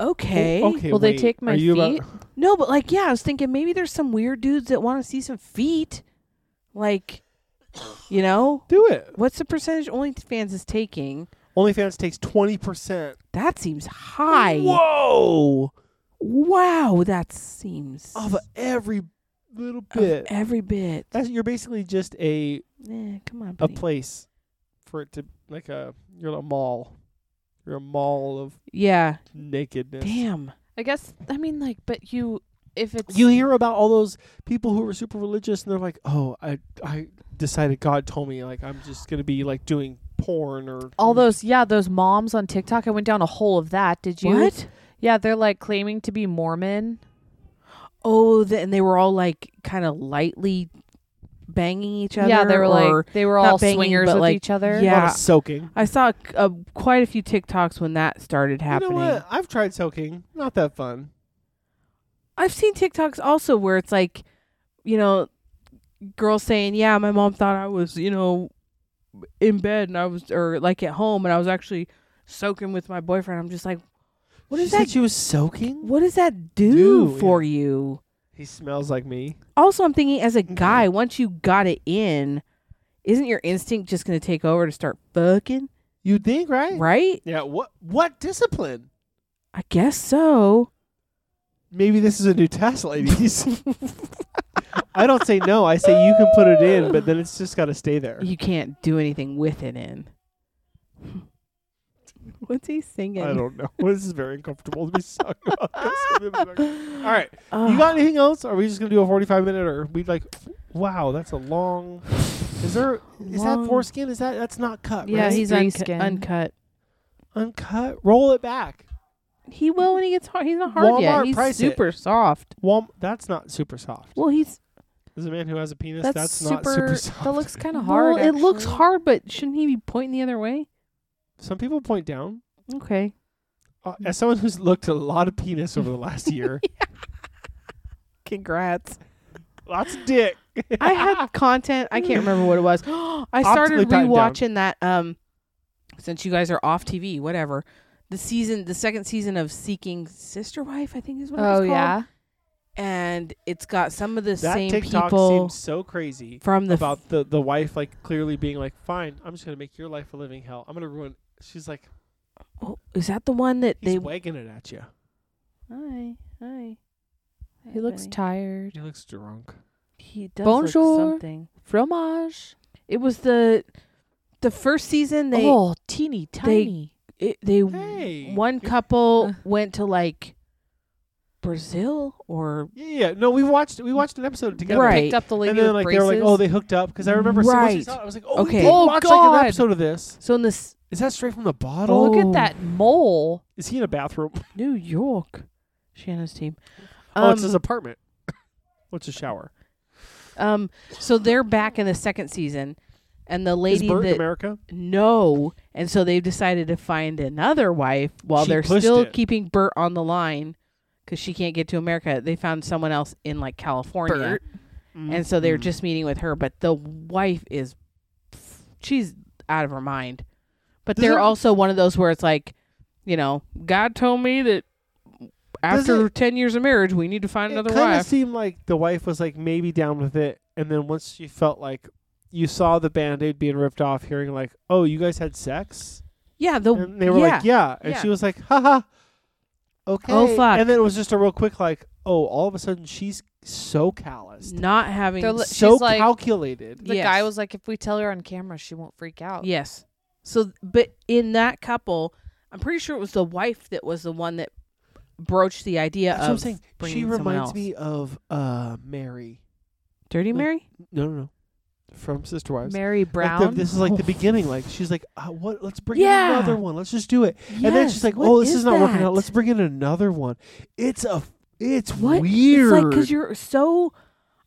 Speaker 5: okay,
Speaker 3: Well, Oh, okay.
Speaker 2: Will they
Speaker 3: wait,
Speaker 2: take my
Speaker 3: are you about-
Speaker 2: feet?
Speaker 5: no, but like, yeah, I was thinking maybe there's some weird dudes that want to see some feet, like, you know,
Speaker 3: do it.
Speaker 5: what's the percentage OnlyFans is taking?
Speaker 3: OnlyFans takes twenty percent.
Speaker 5: That seems high.
Speaker 3: Whoa!
Speaker 5: Wow, that seems
Speaker 3: Of every little
Speaker 5: of
Speaker 3: bit.
Speaker 5: every bit.
Speaker 3: That's you're basically just a
Speaker 5: Eh, come on,
Speaker 3: a
Speaker 5: buddy.
Speaker 3: place for it to like a you're a mall. You're a mall of
Speaker 5: yeah,
Speaker 3: nakedness.
Speaker 5: damn.
Speaker 2: I guess. I mean, like, but you, if it's
Speaker 3: You hear about all those people who are super religious and they're like, "Oh, I I decided God told me like I'm just going to be like doing porn or
Speaker 2: all those, yeah, those moms on TikTok. I went down a hole of that. Did you?
Speaker 5: What?
Speaker 2: Yeah, they're like claiming to be Mormon.
Speaker 5: Oh, the, and they were all like kind of lightly banging each other.
Speaker 2: yeah, they were
Speaker 5: or-
Speaker 2: like they were
Speaker 5: not
Speaker 2: all
Speaker 5: banging,
Speaker 2: swingers
Speaker 5: but,
Speaker 2: with
Speaker 5: like,
Speaker 2: each other.
Speaker 3: a lot
Speaker 5: yeah.
Speaker 3: of soaking."
Speaker 5: I saw uh, quite a few TikToks when that started happening.
Speaker 3: You know what? I've tried soaking. Not that fun.
Speaker 5: I've seen TikToks also where it's like, you know, girls saying, "Yeah, my mom thought I was, you know, in bed and I was, or like at home and I was actually soaking with my boyfriend." I'm just like, what
Speaker 3: she
Speaker 5: does
Speaker 3: said
Speaker 5: that?
Speaker 3: She was soaking.
Speaker 5: What does that do,
Speaker 3: Do,
Speaker 5: for you?
Speaker 3: He smells like me.
Speaker 5: Also, I'm thinking as a
Speaker 3: Mm-hmm.
Speaker 5: guy, once you got it in, isn't your instinct just going to take over to start fucking?
Speaker 3: You think, right?
Speaker 5: Right?
Speaker 3: Yeah. What? What discipline?
Speaker 5: I guess so.
Speaker 3: Maybe this is a new test, ladies. I don't say no. I say you can put it in, but then it's just got to stay there.
Speaker 5: You can't do anything with it in.
Speaker 1: What's he singing?
Speaker 3: I don't know. This is very uncomfortable to be sung about this. All right. You
Speaker 5: Ugh.
Speaker 3: got anything else? Are we just gonna do a forty-five minute, or we like? Wow, that's a long. Is there? Is that
Speaker 5: Long.
Speaker 3: foreskin? Is that? That's not cut.
Speaker 5: yeah,
Speaker 3: right?
Speaker 5: he's
Speaker 2: Three
Speaker 5: uncut.
Speaker 2: skin.
Speaker 5: uncut.
Speaker 3: uncut. Roll it back.
Speaker 5: He will when he gets hard. He's not hard
Speaker 3: Walmart
Speaker 5: yet. He's
Speaker 3: price it.
Speaker 5: super soft.
Speaker 3: Well, that's not super soft.
Speaker 5: Well, he's
Speaker 3: As a man who has a penis,
Speaker 2: That's,
Speaker 3: that's, not super soft.
Speaker 2: That looks kind of hard.
Speaker 5: hard. Well, it looks
Speaker 2: actually.
Speaker 5: hard, but shouldn't he be pointing the other way?
Speaker 3: Some people point down.
Speaker 5: Okay.
Speaker 3: Uh,
Speaker 5: Mm.
Speaker 3: as someone who's looked at a lot of penis over the last year,
Speaker 5: Congrats.
Speaker 3: lots of dick.
Speaker 5: I had content. I can't remember what it was. I
Speaker 3: Optically timed
Speaker 5: started
Speaker 3: down.
Speaker 5: rewatching that. Um, since you guys are off TV, whatever. The season, the second season of Seeking Sister Wife, I think is what it was
Speaker 2: Oh
Speaker 5: called.
Speaker 2: yeah.
Speaker 5: and it's got some of the
Speaker 3: That
Speaker 5: same
Speaker 3: TikTok
Speaker 5: people
Speaker 3: seems so crazy.
Speaker 5: from the.
Speaker 3: about the the wife like clearly being like, "Fine, I'm just gonna make your life a living hell. I'm gonna ruin." She's like,
Speaker 5: oh, is that the one that
Speaker 3: "He's
Speaker 5: they?
Speaker 3: wagging it at you."
Speaker 5: Hi, hi.
Speaker 2: He looks tired.
Speaker 3: He looks drunk.
Speaker 5: He does
Speaker 2: Bonjour.
Speaker 5: look something.
Speaker 2: Fromage.
Speaker 5: It was the the first season they
Speaker 2: oh, teeny tiny.
Speaker 5: it, they
Speaker 3: Hey.
Speaker 5: one couple went to like Brazil or
Speaker 3: Yeah, yeah. No, we watched we watched an episode together.
Speaker 5: Right.
Speaker 2: Picked up the lady
Speaker 3: And then
Speaker 2: with
Speaker 3: like
Speaker 2: braces.
Speaker 3: they were like, "Oh, they hooked up." Because I remember as soon as I
Speaker 5: Right.
Speaker 3: saw it, I was like, "Oh, okay.
Speaker 5: Okay.
Speaker 3: we did
Speaker 2: Oh,
Speaker 3: watch like
Speaker 2: God.
Speaker 3: an episode of this."
Speaker 5: so in this
Speaker 3: Is that straight from the
Speaker 2: Oh,
Speaker 3: bottle?
Speaker 2: look at that mole.
Speaker 3: Is he in a bathroom?
Speaker 5: New York, Shanna's team.
Speaker 3: oh, it's his apartment. What's a shower?
Speaker 5: um, so they're back in the second season, and the
Speaker 3: Is
Speaker 5: lady
Speaker 3: Bert in
Speaker 5: that
Speaker 3: America?
Speaker 5: no, and so they've decided to find another wife while
Speaker 3: She
Speaker 5: they're
Speaker 3: pushed
Speaker 5: still
Speaker 3: it.
Speaker 5: keeping Bert on the line because she can't get to America. They found someone else in like California,
Speaker 2: Bert.
Speaker 5: and so they're
Speaker 3: Mm.
Speaker 5: just meeting with her. But the wife is, she's out of her mind. But
Speaker 3: Does
Speaker 5: they're
Speaker 3: it-
Speaker 5: also one of those where it's like, you know, God told me that after ten years of marriage, we need to find
Speaker 3: It
Speaker 5: another
Speaker 3: kind of
Speaker 5: wife.
Speaker 3: seemed like the wife was like maybe down with it, and then once she felt like you saw the band-aid being ripped off, hearing like, "Oh, you guys had sex,"
Speaker 5: yeah, the
Speaker 3: and they were
Speaker 5: yeah.
Speaker 3: like, "Yeah," and
Speaker 5: Oh, yeah. Oh,
Speaker 3: she was like, "Ha ha." Okay.
Speaker 5: fuck.
Speaker 3: And then it was just a real quick like, "Oh, all of a sudden she's so calloused,
Speaker 5: not having
Speaker 2: They're li-
Speaker 3: so
Speaker 2: She's like-
Speaker 3: calculated."
Speaker 2: The
Speaker 5: Yes.
Speaker 2: guy was like, if we tell her on camera, she won't freak
Speaker 3: Oh.
Speaker 2: out.
Speaker 5: Yes. So, but in that couple, I'm pretty sure it was the wife that was the one that broached the idea
Speaker 3: That's
Speaker 5: of
Speaker 3: what I'm saying. She
Speaker 5: bringing someone
Speaker 3: reminds
Speaker 5: else.
Speaker 3: me of uh Mary.
Speaker 5: Dirty
Speaker 3: like,
Speaker 5: Mary.
Speaker 3: No, no, no. From Sister Wives.
Speaker 2: Mary
Speaker 3: Like
Speaker 2: Brown.
Speaker 3: the- this is like the beginning. Like she's like, uh, "What? Let's bring in
Speaker 5: Oh. Yeah.
Speaker 3: another one. Let's just do it." And then she's like, "Oh, this is, not working out. Let's bring in another one." It's a, it's
Speaker 5: What?
Speaker 3: weird.
Speaker 5: It's like because you're so.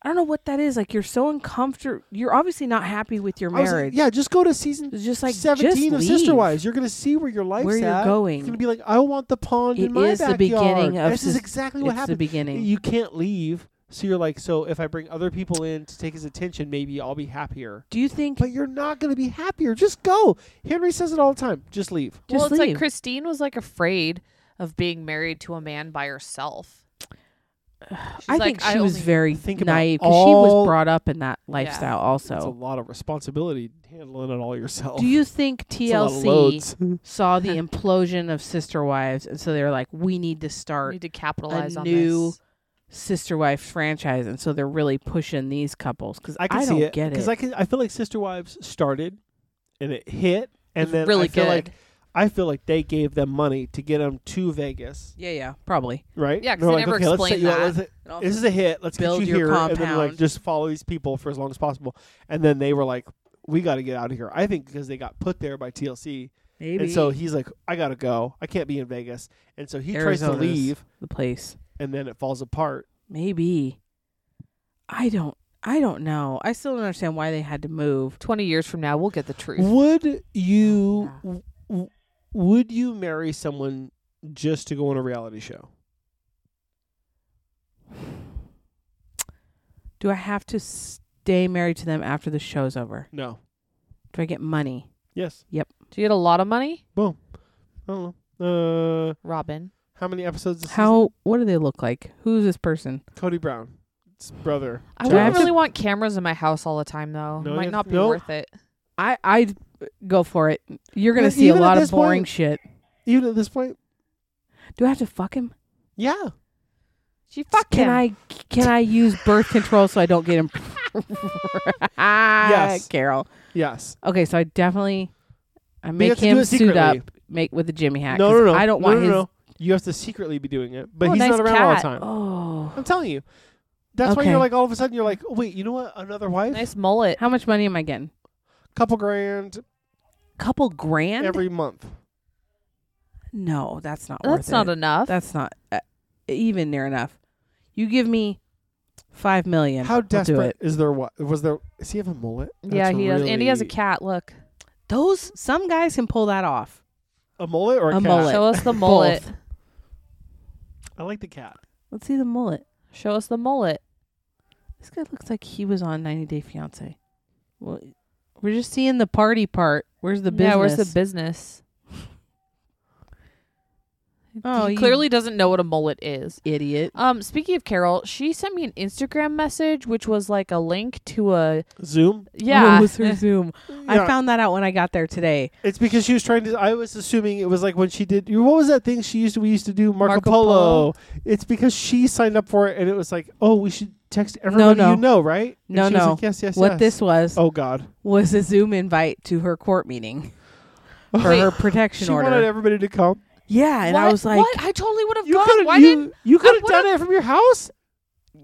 Speaker 5: I don't know what that is. Like you're so uncomfortable. You're obviously not happy with your
Speaker 3: I was like,
Speaker 5: marriage.
Speaker 3: yeah, just go to season
Speaker 5: It's just like
Speaker 3: seventeen
Speaker 5: just
Speaker 3: of Sister
Speaker 5: leave.
Speaker 3: Wives. You're gonna see where your life's
Speaker 5: Where you're
Speaker 3: at.
Speaker 5: going.
Speaker 3: You're gonna be like, "I want the pond in
Speaker 5: It
Speaker 3: my
Speaker 5: is the
Speaker 3: backyard."
Speaker 5: beginning of
Speaker 3: this is
Speaker 5: sis-
Speaker 3: exactly what
Speaker 5: It's the
Speaker 3: happened.
Speaker 5: beginning.
Speaker 3: You can't leave, so you're like, "So if I bring other people in to take his attention, maybe I'll be happier."
Speaker 5: Do you think?
Speaker 3: But you're not gonna be happier. Just go. Henry says it all the time. Just leave.
Speaker 5: Just
Speaker 2: well, it's
Speaker 5: leave.
Speaker 2: like Christine was like afraid of being married to a man by herself. She's
Speaker 5: I
Speaker 2: like,
Speaker 5: think she was
Speaker 2: only-
Speaker 5: very
Speaker 3: Think about
Speaker 5: naive because she
Speaker 3: all-
Speaker 5: was brought up in that lifestyle.
Speaker 3: It's a
Speaker 5: Also,
Speaker 3: lot of responsibility handling it all yourself.
Speaker 5: do you think
Speaker 3: It's a lot of
Speaker 5: TLC?
Speaker 3: loads.
Speaker 5: saw the implosion of Sister Wives, and so they were like, "We need to start
Speaker 2: need to capitalize on
Speaker 5: new-
Speaker 2: this.
Speaker 5: Sister Wife franchise," and so they're really pushing these couples because
Speaker 3: I can see
Speaker 5: don't
Speaker 3: it
Speaker 5: get it.
Speaker 3: I can. I feel like Sister Wives started, and it hit, and
Speaker 2: It's
Speaker 3: then
Speaker 2: really
Speaker 3: I feel
Speaker 2: good.
Speaker 3: like I feel like they gave them money to get them to Vegas,
Speaker 5: yeah, yeah, probably.
Speaker 3: right?
Speaker 2: Yeah, 'cause
Speaker 3: They're
Speaker 2: they
Speaker 3: like,
Speaker 2: never
Speaker 3: okay, let's set
Speaker 2: explained
Speaker 3: you out.
Speaker 2: that.
Speaker 3: Let's- this is a hit. Let's
Speaker 5: build
Speaker 3: get you
Speaker 5: your
Speaker 3: here, and then like
Speaker 5: compound.
Speaker 3: just follow these people for as long as possible. And then they were like, "We got to get out of here." I think because they got put there by TLC,
Speaker 5: Maybe
Speaker 3: and so he's like, "I gotta go. I can't be in Vegas," and so he tries
Speaker 5: Arizona's
Speaker 3: to leave,
Speaker 5: the place.
Speaker 3: and then it falls apart.
Speaker 5: Maybe I don't. I don't know. I still don't understand why they had to move.
Speaker 2: 20 years from now, we'll get the truth.
Speaker 3: Would you w- w- would you marry someone just to go on a reality show?
Speaker 5: Do I have to stay married to them after the show's over?
Speaker 3: No.
Speaker 5: Do I get money?
Speaker 3: Yes.
Speaker 2: Do you get a lot of money?
Speaker 3: I don't know. Uh,
Speaker 2: Robin.
Speaker 3: how many episodes? This season?
Speaker 5: How? What do they look like? Who's this person?
Speaker 3: Cody Brown, it's brother.
Speaker 2: I
Speaker 3: Josh.
Speaker 5: Do I
Speaker 2: wouldn't
Speaker 5: have to-
Speaker 2: really want cameras in my house all the time, though.
Speaker 3: No, you
Speaker 2: Might
Speaker 3: have-
Speaker 2: not be
Speaker 3: no.
Speaker 2: worth it.
Speaker 5: I I go for it. You're gonna
Speaker 3: But
Speaker 5: see a
Speaker 3: even at
Speaker 5: lot of
Speaker 3: this point-
Speaker 5: boring shit.
Speaker 3: Even at this point,
Speaker 5: Do I have to fuck him?
Speaker 3: Yeah.
Speaker 2: She fucked
Speaker 5: Can
Speaker 2: him.
Speaker 5: I can I use birth control so I don't get him?
Speaker 3: Yes.
Speaker 5: Carol.
Speaker 3: Yes.
Speaker 5: Okay, so I definitely I make
Speaker 3: have to do
Speaker 5: him
Speaker 3: it
Speaker 5: suit
Speaker 3: secretly.
Speaker 5: up, make with a Jimmy hat.
Speaker 3: no,
Speaker 5: 'cause
Speaker 3: no, no.
Speaker 5: I don't
Speaker 3: No,
Speaker 5: want
Speaker 3: no,
Speaker 5: his.
Speaker 3: no. You have to secretly be doing it, but
Speaker 2: Oh,
Speaker 3: he's
Speaker 2: nice
Speaker 3: not around all the
Speaker 2: cat.
Speaker 3: time.
Speaker 5: Oh,
Speaker 3: I'm telling you. That's why you're
Speaker 5: Okay.
Speaker 3: like all of a sudden you're like, oh, wait, you know what? Another wife,
Speaker 2: nice mullet.
Speaker 5: how much money am I getting?
Speaker 3: couple grand
Speaker 5: Couple grand?
Speaker 3: every month.
Speaker 5: no, that's not.
Speaker 2: That's
Speaker 5: worth
Speaker 2: not
Speaker 5: it.
Speaker 2: enough.
Speaker 5: That's not uh, even near enough. You give me five million.
Speaker 3: How
Speaker 5: I'll do
Speaker 3: desperate
Speaker 5: it.
Speaker 3: is there? What was there? Does he have a mullet?
Speaker 2: yeah,
Speaker 3: That's
Speaker 2: he does, and he has a
Speaker 3: really-
Speaker 2: cat. Look,
Speaker 5: Those some guys can pull that off.
Speaker 3: A mullet or a,
Speaker 5: A
Speaker 3: cat?
Speaker 5: mullet.
Speaker 2: show us the mullet.
Speaker 3: I like the cat.
Speaker 5: Let's see the mullet.
Speaker 2: Show us the mullet.
Speaker 5: This guy looks like he was on 90 Day Fiance. Well, we're just seeing the party part. Where's the business?
Speaker 2: Yeah, where's the business?
Speaker 5: Oh,
Speaker 2: he
Speaker 5: you-
Speaker 2: clearly doesn't know what a mullet is.
Speaker 5: idiot?
Speaker 2: Um, speaking of Carol, she sent me an Instagram message, which was like a link to a
Speaker 3: Zoom.
Speaker 2: yeah.
Speaker 5: What was her Zoom? I
Speaker 3: Yeah.
Speaker 5: found that out when I got there today.
Speaker 3: It's because she was trying to. I was assuming it was like when she did. What was that thing she used to? We used to do Marco,
Speaker 2: Marco
Speaker 3: Polo. It's because she signed up for it, and it was like, oh, we should text everybody
Speaker 5: no.
Speaker 3: you know, right? And
Speaker 5: No,
Speaker 3: she was
Speaker 5: no.
Speaker 3: like, yes, yes,
Speaker 5: What
Speaker 3: yes.
Speaker 5: this was
Speaker 3: Oh God.
Speaker 5: was a Zoom invite to her court meeting for her protection
Speaker 3: She
Speaker 5: order.
Speaker 3: wanted everybody to come.
Speaker 5: yeah, and I
Speaker 2: What?
Speaker 5: was like,
Speaker 2: what? I totally would have
Speaker 3: You
Speaker 2: gone.
Speaker 3: could
Speaker 2: Why
Speaker 3: have. You,
Speaker 2: didn't
Speaker 3: you could have
Speaker 2: would've-
Speaker 3: done it from your house.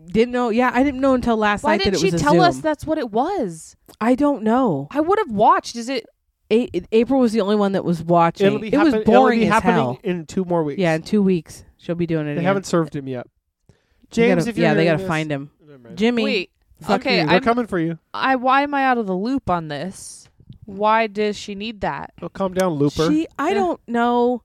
Speaker 5: didn't know. Yeah, I didn't know until last
Speaker 2: Why
Speaker 5: night that
Speaker 2: didn't
Speaker 5: it
Speaker 2: she
Speaker 5: was a
Speaker 2: tell
Speaker 5: Zoom.
Speaker 2: us that's what it was?
Speaker 5: I don't know.
Speaker 2: I would have watched. Is it?
Speaker 5: A- April was the only one that was watching.
Speaker 3: It'll be
Speaker 5: it was
Speaker 3: happen-
Speaker 5: boring
Speaker 3: it'll be
Speaker 5: as
Speaker 3: happening
Speaker 5: hell.
Speaker 3: in two more weeks.
Speaker 5: Yeah, in two weeks she'll be doing it.
Speaker 3: they
Speaker 5: again.
Speaker 3: haven't served him yet.
Speaker 5: They
Speaker 3: James,
Speaker 5: gotta-
Speaker 3: if you're
Speaker 5: yeah, they
Speaker 3: hearing
Speaker 5: gotta
Speaker 3: this-
Speaker 5: find him.
Speaker 3: Never mind.
Speaker 5: Jimmy,
Speaker 2: Wait.
Speaker 3: Fuck
Speaker 2: okay,
Speaker 3: you. they're
Speaker 2: I'm-
Speaker 3: coming for you.
Speaker 2: I why am I out of the loop on this? Why does she need that?
Speaker 3: Oh, calm down, Looper.
Speaker 5: She, I
Speaker 2: Yeah.
Speaker 5: don't know.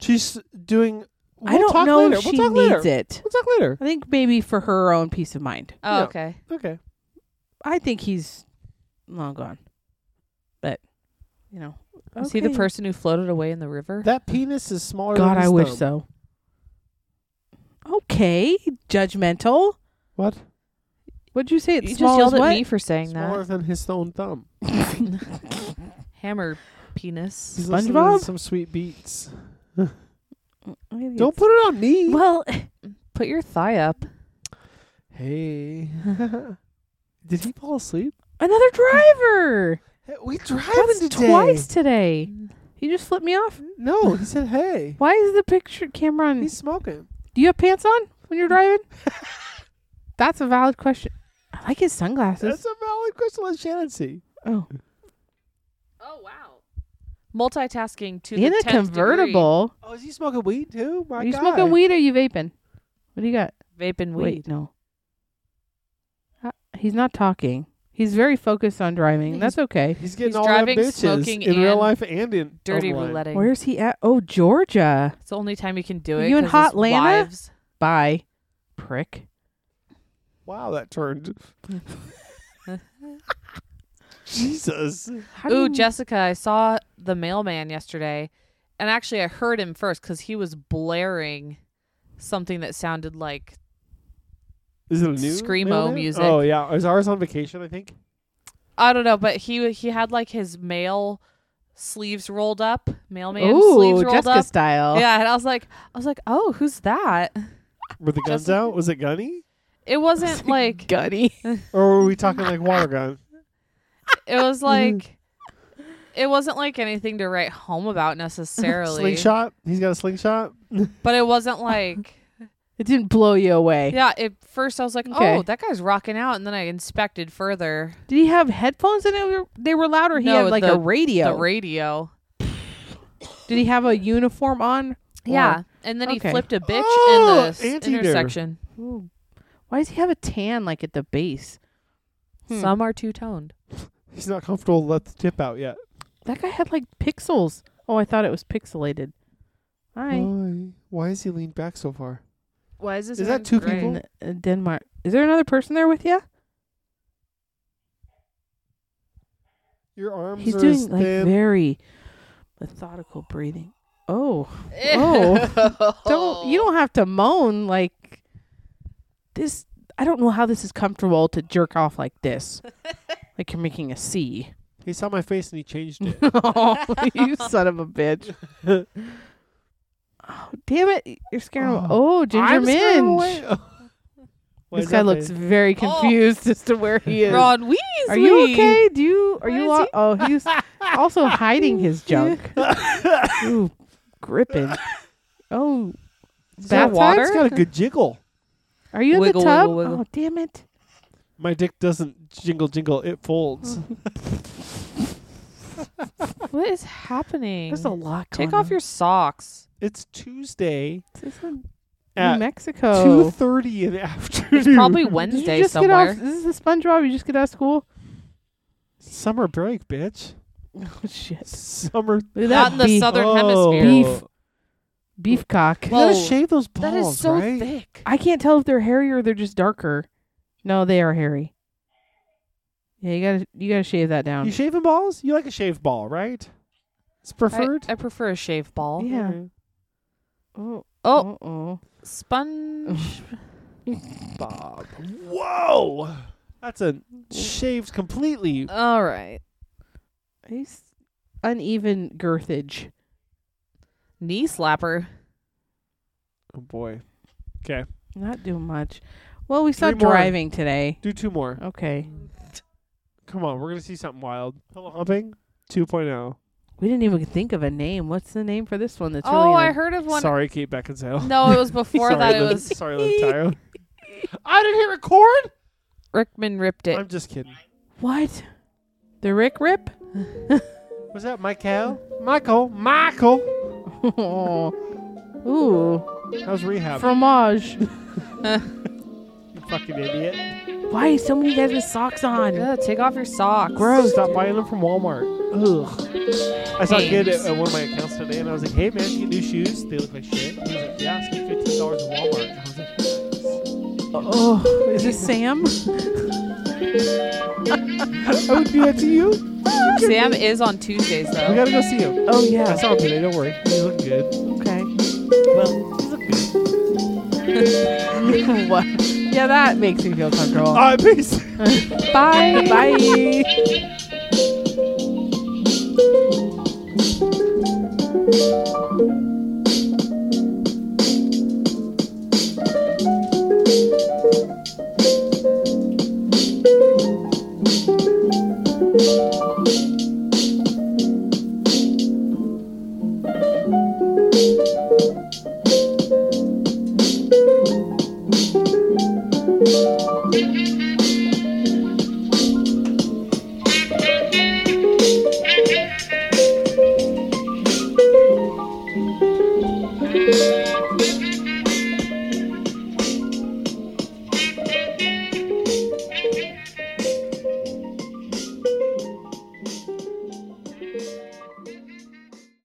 Speaker 3: She's doing. We'll
Speaker 5: I don't
Speaker 3: talk
Speaker 5: know
Speaker 3: later.
Speaker 5: if
Speaker 3: we'll
Speaker 5: she
Speaker 3: talk
Speaker 5: needs
Speaker 3: later.
Speaker 5: it.
Speaker 3: We'll talk later.
Speaker 5: I think maybe for her own peace of mind.
Speaker 2: Oh,
Speaker 3: Yeah.
Speaker 2: okay.
Speaker 3: Okay.
Speaker 5: I think he's long gone, but you know,
Speaker 2: Is he the
Speaker 5: okay.
Speaker 2: person who floated away in the river?
Speaker 3: That penis is smaller.
Speaker 5: God,
Speaker 3: than
Speaker 5: I
Speaker 3: his
Speaker 5: wish
Speaker 3: thumb.
Speaker 5: so. Okay, judgmental.
Speaker 3: What?
Speaker 5: What'd you say?
Speaker 2: you
Speaker 5: It's
Speaker 2: just
Speaker 5: small
Speaker 2: yelled at
Speaker 5: as what?
Speaker 2: me for saying
Speaker 3: Smaller than his own thumb.
Speaker 2: that. Hammer penis.
Speaker 3: He's listening to
Speaker 5: SpongeBob?
Speaker 3: Some sweet beats.
Speaker 5: Maybe
Speaker 3: Don't
Speaker 5: it's-
Speaker 3: put it on me.
Speaker 5: Well,
Speaker 2: Put your thigh up.
Speaker 3: Hey. Did he fall asleep?
Speaker 5: another driver.
Speaker 3: Hey, We driving
Speaker 5: That's
Speaker 3: today.
Speaker 5: twice today. He just flipped me off.
Speaker 3: No, he said, "Hey."
Speaker 5: Why is the picture camera on?
Speaker 3: He's smoking.
Speaker 5: Do you have pants on when you're driving? That's a valid question. I like his sunglasses.
Speaker 3: That's a valid question. Let Shannon see.
Speaker 5: oh,
Speaker 2: Oh wow. Multitasking to the
Speaker 5: in a
Speaker 2: 10th degree.
Speaker 5: convertible.
Speaker 3: Oh, is he smoking weed too? My
Speaker 5: Are you
Speaker 3: God.
Speaker 5: smoking weed or are you vaping? What do you got?
Speaker 2: Vaping weed.
Speaker 5: Wait, no. Uh, he's not talking. He's very focused on driving. That's okay.
Speaker 3: He's getting
Speaker 2: He's
Speaker 3: all
Speaker 2: driving,
Speaker 3: that bitches
Speaker 2: smoking,
Speaker 3: in real
Speaker 2: and
Speaker 3: life and in
Speaker 2: Dirty
Speaker 5: Oh,
Speaker 3: online.
Speaker 2: roulette.
Speaker 5: Where's he at? Oh, Georgia.
Speaker 2: It's the only time you can do it.
Speaker 5: You in
Speaker 2: 'cause
Speaker 5: hot
Speaker 2: it's
Speaker 5: Lana?
Speaker 2: wives.
Speaker 5: Bye, prick.
Speaker 3: Wow, that turned. Jesus.
Speaker 5: How do
Speaker 2: Ooh,
Speaker 5: you-
Speaker 2: Jessica, I saw the mailman yesterday, and actually I heard him first because he was blaring something that sounded like
Speaker 3: Is it a new
Speaker 2: Screamo
Speaker 3: mailman?
Speaker 2: music.
Speaker 3: Oh yeah, is ours on vacation? I think.
Speaker 2: I don't know, but he he had like his mail sleeves rolled up, mailman
Speaker 5: Ooh,
Speaker 2: sleeves rolled
Speaker 5: Jessica
Speaker 2: up.
Speaker 5: style.
Speaker 2: Yeah, and I was like, I was like, oh, who's that?
Speaker 3: Were the guns
Speaker 2: Jessica-
Speaker 3: out? Was it gunny?
Speaker 2: It wasn't like
Speaker 5: Gutty.
Speaker 3: Or were we talking like water gun?
Speaker 2: it was like it wasn't like anything to write home about necessarily,
Speaker 3: Slingshot? He's got a slingshot?
Speaker 2: but it wasn't like.
Speaker 5: It didn't blow you away.
Speaker 2: Yeah, at first I was like,
Speaker 5: Okay.
Speaker 2: "Oh, that guy's rocking out," and then I inspected further
Speaker 5: Did he have headphones and they were, they were loud, or he
Speaker 2: No,
Speaker 5: had like
Speaker 2: the-
Speaker 5: a radio?
Speaker 2: the radio.
Speaker 5: Did he have a uniform on?
Speaker 2: Yeah, and then
Speaker 5: okay.
Speaker 2: he flipped a bitch
Speaker 3: Oh,
Speaker 2: in the s-
Speaker 3: anteater.
Speaker 2: intersection.
Speaker 5: Or- Ooh. Why does he have a tan like at the base? Hmm.
Speaker 2: Some are two toned.
Speaker 3: He's not comfortable to let the tip out yet.
Speaker 5: That guy had like pixels. Oh, I thought it was pixelated. Hi.
Speaker 3: Why? Why is he leaned back so far?
Speaker 2: Why is this?
Speaker 3: Is that two people?
Speaker 5: In uh, Denmark. Is there another person there with you?
Speaker 3: Your arms
Speaker 5: He's
Speaker 3: are
Speaker 5: doing
Speaker 3: as
Speaker 5: like
Speaker 3: thin.
Speaker 5: very methodical breathing. Oh.
Speaker 2: Eh.
Speaker 5: Oh. Don't you don't have to moan like this I don't know how this is comfortable to jerk off like this. like you're making a C.
Speaker 3: he saw my face and he changed it.
Speaker 5: oh, you son of a bitch. Oh, damn it. You're scaring him.
Speaker 3: Oh.
Speaker 5: Oh, Ginger
Speaker 3: I'm scared
Speaker 5: Minge.
Speaker 3: away. Why
Speaker 5: This
Speaker 3: is
Speaker 5: guy
Speaker 3: that
Speaker 5: looks
Speaker 3: face?
Speaker 5: very confused as to where he is.
Speaker 2: Ron Weasley.
Speaker 5: Are you okay? Do you are
Speaker 2: Where
Speaker 5: you
Speaker 2: is
Speaker 5: lo-
Speaker 2: he?
Speaker 5: oh he's also hiding his junk. Ooh, gripping. Oh,
Speaker 3: Is
Speaker 5: that
Speaker 3: that
Speaker 5: water?
Speaker 3: It's got a good jiggle.
Speaker 5: are you in Wiggle, the tub? wiggle, wiggle. Oh, damn it!
Speaker 3: My dick doesn't jingle jingle. It folds.
Speaker 5: What is happening?
Speaker 7: There's a lot.
Speaker 5: Take
Speaker 7: going
Speaker 5: off
Speaker 7: on.
Speaker 5: your socks.
Speaker 3: it's Tuesday
Speaker 5: This is in New
Speaker 3: at
Speaker 5: Mexico.
Speaker 3: two thirty in the afternoon.
Speaker 5: It's probably Did you Wednesday just somewhere. Get off? Is this the SpongeBob? You just get out of school?
Speaker 3: summer break, bitch.
Speaker 7: Oh, shit.
Speaker 3: Summer
Speaker 5: Look
Speaker 2: Not
Speaker 5: at that
Speaker 2: in the
Speaker 5: beef,
Speaker 2: southern
Speaker 3: Oh.
Speaker 2: hemisphere.
Speaker 5: Beef. beef cock.
Speaker 3: You gotta
Speaker 2: Whoa.
Speaker 3: shave those balls,
Speaker 2: That is so
Speaker 3: right?
Speaker 2: thick.
Speaker 5: I can't tell if they're hairy or they're just darker. No, they are hairy. Yeah, you gotta you gotta shave that down.
Speaker 3: You shaving balls? You like a shaved ball, right? It's preferred.
Speaker 2: I, I prefer a shave ball.
Speaker 5: yeah.
Speaker 3: Mm.
Speaker 5: Oh.
Speaker 2: Oh.
Speaker 5: oh.
Speaker 2: Sponge.
Speaker 3: Bob. Whoa, that's a shaved completely.
Speaker 2: All right.
Speaker 5: He's uneven girthage.
Speaker 2: Knee slapper.
Speaker 3: Oh boy.
Speaker 5: Not doing much. Well, we
Speaker 3: saw
Speaker 5: saw
Speaker 3: Three more.
Speaker 5: driving today.
Speaker 3: Do two more.
Speaker 5: Okay.
Speaker 3: Come on, we're gonna see something wild. Pillow humping, oh. 2.0.
Speaker 5: We didn't even think of a name. What's the name for this one? That's really
Speaker 2: oh, I
Speaker 5: like-
Speaker 2: heard of one.
Speaker 3: Sorry, Kate Beckinsale.
Speaker 2: No, it was before
Speaker 3: sorry,
Speaker 2: that. It
Speaker 3: Liv-
Speaker 2: was
Speaker 3: sorry, Liv Tyler. I didn't hit record.
Speaker 2: Rickman ripped it.
Speaker 3: I'm just kidding.
Speaker 5: what? The Rick Rip?
Speaker 3: Was that Michael? Michael? Michael?
Speaker 5: Ooh,
Speaker 3: How's rehab?
Speaker 5: fromage.
Speaker 3: you fucking idiot.
Speaker 5: Why is so many guys with socks on?
Speaker 2: Ugh, take off your socks.
Speaker 3: Gross. Stop buying them from Walmart. Ugh. I saw a kid at,
Speaker 2: Thanks.
Speaker 3: at one of my accounts today, and I was like, "Hey man, get new shoes. They look like shit." He was like, "Yeah, I spent fifteen dollars at Walmart." And I was like,
Speaker 5: Oh, is this Sam?
Speaker 3: "I would Oh, do that to you."
Speaker 2: Sam is on Tuesdays
Speaker 3: We
Speaker 2: though.
Speaker 3: gotta go see him.
Speaker 5: Oh
Speaker 3: I
Speaker 5: yeah.
Speaker 3: saw him today. Don't worry. He looked good.
Speaker 5: Okay.
Speaker 3: Well, he looked good.
Speaker 5: what? Yeah, that makes me feel comfortable.
Speaker 3: All right, peace.
Speaker 2: Bye.
Speaker 5: Bye.